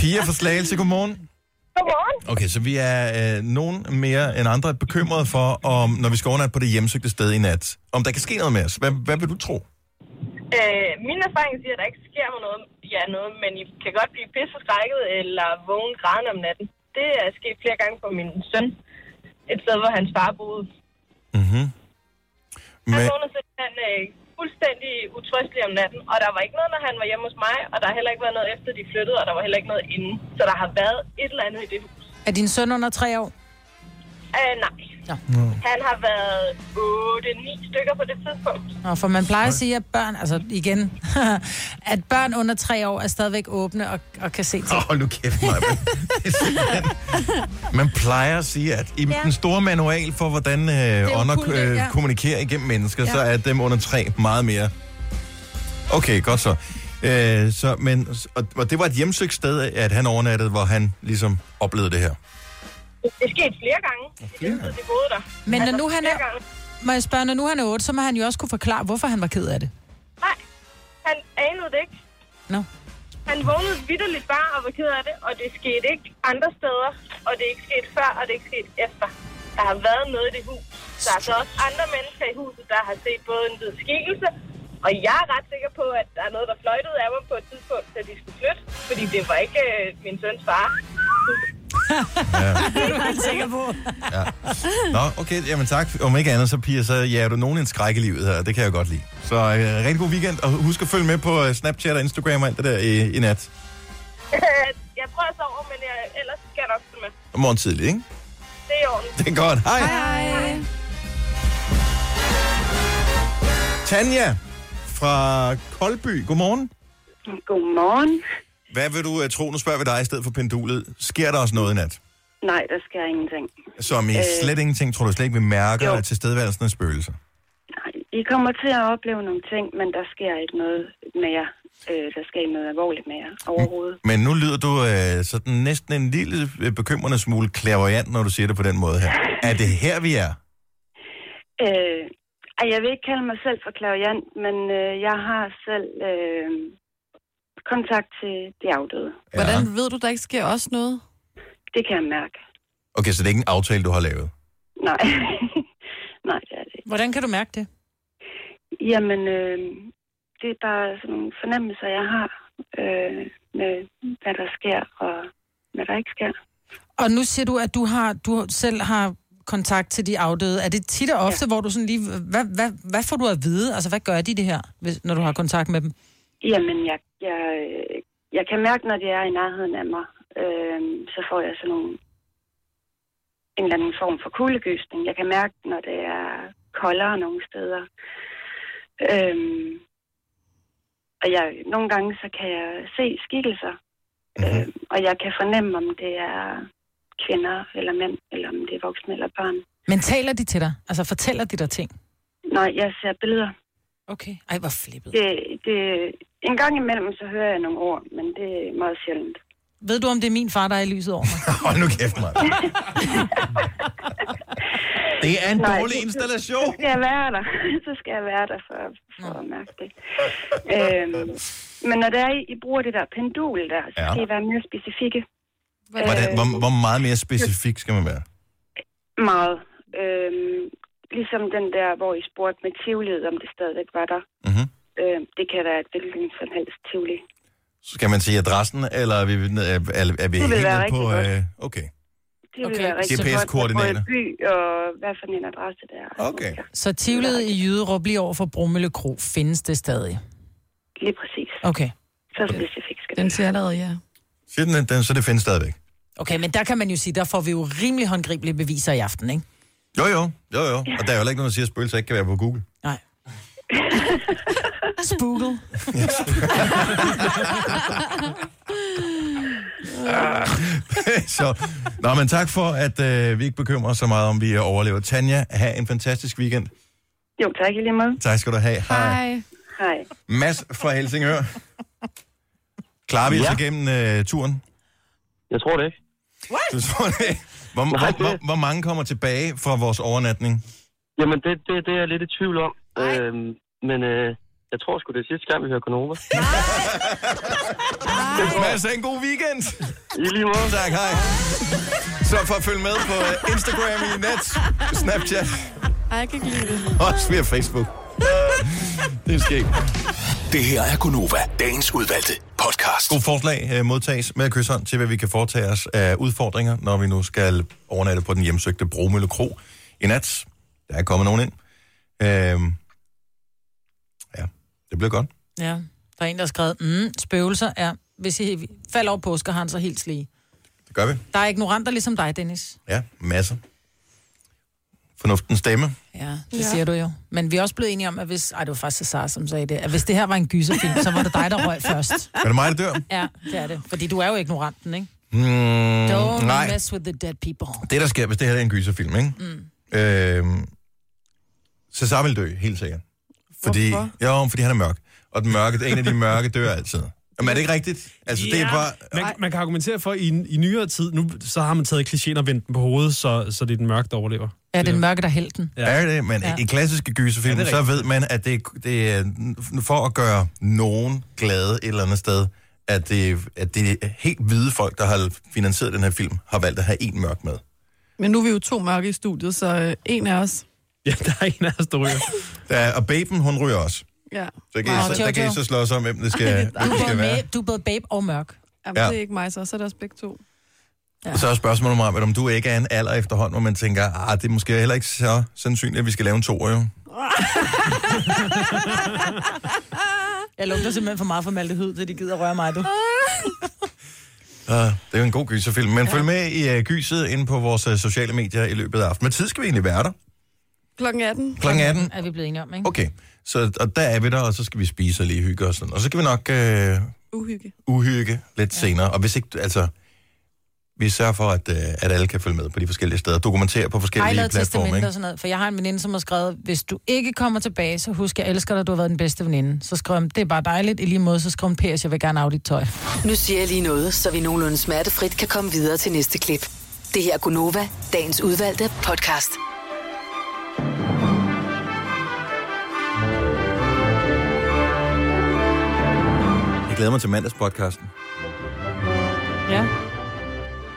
Speaker 1: Pia fra Slagelse, godmorgen.
Speaker 13: Godmorgen.
Speaker 1: Okay, så vi er øh, nogen mere end andre bekymrede for, om når vi skal overnatte på det hjemsøgte sted i nat, om der kan ske noget med os. Hvad, hvad vil du tro?
Speaker 13: Øh, min erfaring siger, at der ikke sker mig noget, ja, noget, men I kan godt blive pisse skrækket eller vågen grædende om natten. Det er sket flere gange for min søn. Et sted, hvor hans far boede.
Speaker 1: Mm-hmm.
Speaker 13: Han
Speaker 1: Men,
Speaker 13: vågnede simpelthen øh, fuldstændig utrøstelig om natten, og der var ikke noget, når han var hjemme hos mig, og der har heller ikke været noget efter, de flyttede, og der var heller ikke noget inden. Så der har været et eller andet i det hus.
Speaker 3: Er din søn under tre år?
Speaker 13: Øh, nej. Han har været 8-9 stykker på det tidspunkt.
Speaker 3: Nå, for man plejer at sige, at børn, altså igen, at børn under tre år er stadigvæk åbne og, og kan se til.
Speaker 1: Åh, oh, nu kæft mig. man plejer at sige, at i
Speaker 3: Ja.
Speaker 1: ja. den store manual for, hvordan øh,
Speaker 3: jo
Speaker 1: ånder
Speaker 3: cool,
Speaker 1: øh,
Speaker 3: ja.
Speaker 1: kommunikerer igennem mennesker,
Speaker 3: Ja.
Speaker 1: ja. så er dem under tre meget mere. Okay, godt så. Øh, så men, og, og det var et hjemsøgt sted, at han overnattede, hvor han ligesom oplevede det her.
Speaker 13: Det er sket flere gange, i den tid, de boede der. Altså,
Speaker 3: Men når nu han
Speaker 13: flere
Speaker 3: er-
Speaker 13: gange.
Speaker 3: Må jeg spørge, når nu han er otte, så må han jo også kunne forklare, hvorfor han var ked af det.
Speaker 13: Nej, han anede det ikke.
Speaker 3: Nå.
Speaker 13: Han vågnede vidderligt bare og var ked af det, og det skete ikke andre steder, og det er ikke sket før, og det er ikke sket efter. Der har været noget i det hus. Der er så også andre mennesker i huset, der har set både en hvid skikkelse, og jeg er ret sikker på, at der er noget, der fløjtede af mig på et tidspunkt, da de skulle flytte, fordi det var ikke øh, min søns far.
Speaker 1: Ja.
Speaker 13: det er jeg ret sikker på.
Speaker 1: Ja. Nå, okay, jamen tak. Om ikke andet, så Pia, så jager du nogen en skræk i livet her. Det kan jeg godt lide. Så øh, rigtig god weekend, og husk at følge med på øh, Snapchat og Instagram og alt det der i, i nat.
Speaker 13: jeg prøver at sove, men jeg, ellers skal jeg nok følge med.
Speaker 1: Og morgen tidlig, ikke?
Speaker 13: Det er i orden.
Speaker 1: Det er godt. Hej.
Speaker 13: Hej.
Speaker 1: Tanja fra Koldby, godmorgen.
Speaker 8: Godmorgen.
Speaker 1: Hvad vil du øh, tro? Nu spørger vi dig i stedet for pendulet. Sker der også noget i nat?
Speaker 8: Nej, der sker ingenting.
Speaker 1: Som i
Speaker 8: Øh.
Speaker 1: slet ingenting, tror du slet ikke, vi mærker jo. tilstedeværelsen af spøgelser.
Speaker 8: I kommer til at opleve nogle ting, men der sker ikke noget med jer. Øh, der sker ikke noget alvorligt med jer overhovedet.
Speaker 1: Men nu lyder du øh, sådan næsten en lille øh, bekymrende smule klavoyant, når du siger det på den måde her. Er det her, vi er?
Speaker 8: Øh, ej, jeg vil ikke kalde mig selv for klaviant, men øh, jeg har selv øh, kontakt til de afdøde.
Speaker 2: Hvordan ved du, der ikke sker også noget?
Speaker 8: Det kan jeg mærke.
Speaker 1: Okay, så det er ikke en aftale, du har lavet.
Speaker 8: Nej. Nej, det er det ikke.
Speaker 3: Hvordan kan du mærke det?
Speaker 8: Jamen, øh, det er bare sådan nogle fornemmelser, jeg har øh, med, hvad der sker og hvad der ikke sker.
Speaker 3: Og nu siger du, at du, har, du selv har kontakt til de afdøde. Er det tit og ofte, ja. hvor du sådan lige... Hvad, hvad, hvad får du at vide? Altså, hvad gør de det her, hvis, når du har kontakt med dem?
Speaker 8: Jamen, jeg, jeg, øh, jeg kan mærke, når de er i nærheden af mig, øh, så får jeg sådan nogle, en eller anden form for kuldegysning. Jeg kan mærke, når det er koldere nogle steder. Øh, og jeg, nogle gange, så kan jeg se skikkelser, øhm,
Speaker 1: Mm-hmm.
Speaker 8: og jeg kan fornemme, om det er kvinder eller mænd, eller om det er voksne eller børn.
Speaker 3: Men taler de til dig? Altså, fortæller de dig ting?
Speaker 8: Nej, jeg ser billeder.
Speaker 3: Okay. Ej, hvor flippet.
Speaker 8: Det, det, en gang imellem, så hører jeg nogle ord, men det er meget sjældent.
Speaker 3: Ved du, om det er min far, der er i lyset over mig?
Speaker 1: Hold nu kæft, mand. Det er en
Speaker 8: Nej,
Speaker 1: dårlig
Speaker 8: så-
Speaker 1: installation.
Speaker 8: Så skal jeg være der. Så skal jeg være der for, for at mærke det. øhm, men når det er, I- I bruger det der pendul der, så
Speaker 1: Ja.
Speaker 8: skal I være mere specifikke. Øh,
Speaker 1: Hvordan, hvor, hvor meget mere specifik skal man være?
Speaker 8: Meget. Øhm, ligesom den der, hvor I spurgte med tivoliet, om det stadigvæk var der.
Speaker 1: Mhm.
Speaker 8: Øhm, det kan være et hvilken som helst tivoli.
Speaker 1: Skal man sige adressen, eller er vi, er, er, er vi
Speaker 8: Det vil
Speaker 1: helt
Speaker 8: være
Speaker 1: nede
Speaker 8: rigtig
Speaker 1: på...
Speaker 8: godt.
Speaker 1: Øh, okay.
Speaker 8: Det vil
Speaker 3: Okay,
Speaker 8: være rigtig godt.
Speaker 1: GPS-koordinater.
Speaker 8: Hvor by, og hvad for en adresse det er.
Speaker 1: Okay.
Speaker 3: Så Tivlet i Jyderup lige over for Brummølle Kro, findes det stadig?
Speaker 8: Lige præcis.
Speaker 3: Okay.
Speaker 8: Så specifikt skal
Speaker 2: Den siger allerede, ja.
Speaker 1: Siger den, at den, så det findes stadigvæk?
Speaker 3: Okay, men der kan man jo sige, der får vi jo rimelig håndgribelige beviser i aften, ikke?
Speaker 1: Jo, jo. jo, jo. Og der er jo heller ikke nogen, der siger, at spøgelser ikke kan være på Google.
Speaker 3: Nej. Spoogle.
Speaker 1: så, nå, men tak for, at øh, vi ikke bekymrer os så meget om, vi øh, overlever. Tanja, have en fantastisk weekend.
Speaker 8: Jo, tak i lige måde.
Speaker 1: Tak skal du have. Hej.
Speaker 8: Hej.
Speaker 1: Mads fra Helsingør. Klarer vi ja. os igennem øh, turen?
Speaker 14: Jeg tror det ikke.
Speaker 1: What? Du tror det ikke? Hvor, Nej, hvor, hvor, hvor mange kommer tilbage fra vores overnatning?
Speaker 14: Jamen, det, det, det er jeg lidt i tvivl om. Øhm, men øh, jeg tror sgu, det er sidste gang, vi hører Konova.
Speaker 1: Mads, have en god weekend.
Speaker 14: I lige måde.
Speaker 1: Tak, hej. Så for at følge med på øh, Instagram i net, Snapchat,
Speaker 2: Ej, jeg kan ikke lide det.
Speaker 1: også via Facebook. Det er skægt.
Speaker 6: Det her er Gunova, dagens udvalgte podcast.
Speaker 1: God forslag øh, modtages med kysshånd til, hvad vi kan foretage os af udfordringer, når vi nu skal overnatte på den hjemsøgte Bromølle Kro i nat. Der er kommet nogen ind. Øhm, ja, det bliver godt.
Speaker 3: Ja, der er en, der har skrevet, mm, spøgelser er, hvis I falder over påske, har han så helt slige.
Speaker 1: Det gør vi.
Speaker 3: Der er ignoranter ligesom dig, Dennis.
Speaker 1: Ja, masser. Fornuftens stemme.
Speaker 3: Ja, det ja. siger du jo. Men vi er også blevet enige om, at hvis... Ej, det var faktisk Cesar, som sagde det. At hvis det her var en gyserfilm, så var det dig, der røg først.
Speaker 1: Er det mig, der dør?
Speaker 3: Ja, det er det. Fordi du er jo ignoranten, ikke?
Speaker 1: Mm,
Speaker 3: Don't
Speaker 1: nej.
Speaker 3: mess with the dead people.
Speaker 1: Det, der sker, hvis det her er en gyserfilm, ikke? Mm. Øhm, Cesar vil dø, helt sikkert. Fordi, Hvorfor? Jo, fordi han er mørk. Og den mørke, en af de mørke dør altid. Jamen, er det ikke rigtigt? Altså, det er bare...
Speaker 5: man, man kan argumentere for, at i, i nyere tid, nu så har man taget klichéen og vendt den på hovedet, så, så det er den mørke, der overlever.
Speaker 3: Ja, den mørke, der hældte den.
Speaker 1: Ja. Er det, men ja. i klassiske gyserfilm,
Speaker 5: Ja,
Speaker 1: ja,
Speaker 5: det er
Speaker 1: så
Speaker 5: rigtigt.
Speaker 1: ved man, at det, det er n- for at gøre nogen glade et eller andet sted, at det, at det er helt hvide folk, der har finansieret den her film, har valgt at have en mørk med.
Speaker 2: Men nu er vi jo to mørke i studiet, så øh, en af os.
Speaker 5: Ja, der er en af os, der ryger.
Speaker 1: Der er, og Baben, hun ryger også.
Speaker 2: Ja.
Speaker 1: Så kan,
Speaker 3: Nå,
Speaker 1: I, så, der kan I
Speaker 3: Jojo.
Speaker 1: så slås om, hvem det skal,
Speaker 3: Du
Speaker 1: hvem det
Speaker 3: er, både
Speaker 1: skal være.
Speaker 3: med, du er både babe og mørk.
Speaker 2: Jamen,
Speaker 1: Ja.
Speaker 2: ja. det er ikke mig så, så er det også begge to.
Speaker 1: Og så er spørgsmålet mig, om du ikke er en alder efterhånden, hvor man tænker, ah, det er måske heller ikke så sandsynligt, at vi skal lave en toer, jo.
Speaker 3: Jeg lugter simpelthen for meget for maltehyd, så de gider røre mig, du.
Speaker 1: Uh, det er jo en god gyserfilm. Men ja. følg med i uh, gyset inde på vores uh, sociale medier i løbet af aftenen. Men tid skal vi egentlig være der.
Speaker 2: Klokken 18.
Speaker 1: Klokken 18.
Speaker 3: Er vi blevet enige
Speaker 2: Mm.
Speaker 3: om, ikke?
Speaker 1: Okay, så og der er vi der, og så skal vi spise og lige hygge og sådan. Og så skal vi nok øh,
Speaker 2: Uhygge.
Speaker 1: uhygge lidt ja. senere. Og hvis ikke, altså, vi sørger for, at, øh, at alle kan følge med på de forskellige steder. Dokumentere på
Speaker 3: Ej,
Speaker 1: forskellige
Speaker 3: lavet
Speaker 1: platforme,
Speaker 3: testament
Speaker 1: ikke?
Speaker 3: og sådan noget. For jeg har en veninde, som har skrevet, hvis du ikke kommer tilbage, så husk, jeg elsker dig, du har været den bedste veninde. Så skrev hun, det er bare dejligt. I lige måde, så skrev hun, PS, jeg vil gerne af dit tøj.
Speaker 7: Nu siger jeg lige noget, så vi nogenlunde smertefrit kan komme videre til næste klip. Det her er Gunova, dagens udvalgte podcast.
Speaker 1: Jeg glæder mig til mandagspodcasten.
Speaker 3: Ja.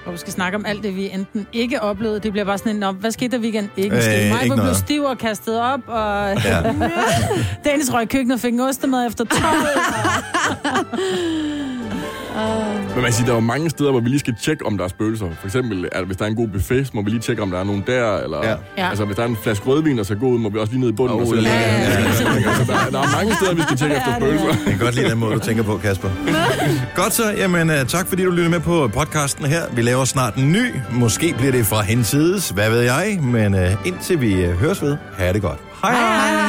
Speaker 3: Og vi skal snakke om alt det, vi enten ikke oplevede. Det bliver bare sådan en, "Nå, hvad skete der i weekend? Ikke
Speaker 1: Øh,
Speaker 3: øh, skete. Mig
Speaker 1: ikke
Speaker 3: blev
Speaker 1: noget."
Speaker 3: stiv og kastet op, og
Speaker 1: Ja.
Speaker 3: ja. Dennis røg i køkkenet og fik en ostemad efter tøjet.
Speaker 4: Men man siger, der er jo mange steder, hvor vi lige skal tjekke, om der er spøgelser. For eksempel, at hvis der er en god buffet, så må vi lige tjekke, om der er nogen der. Eller, ja.
Speaker 3: Ja.
Speaker 4: Altså, hvis der er en flaske rødvin, der skal gå ud, må vi også lige ned i bunden. Oh, og så lige,
Speaker 1: ja,
Speaker 4: ja, ja, ja. Altså, der, der, er mange steder, vi skal tjekke efter spøgelser.
Speaker 1: Jeg kan godt lide den måde, du tænker på, Kasper. Godt så, jamen øh, tak fordi du lyttede med på podcasten her. Vi laver snart en ny. Måske bliver det fra hensides, hvad ved jeg. Men øh, indtil vi øh, høres ved, have det godt. Hej hej. hej.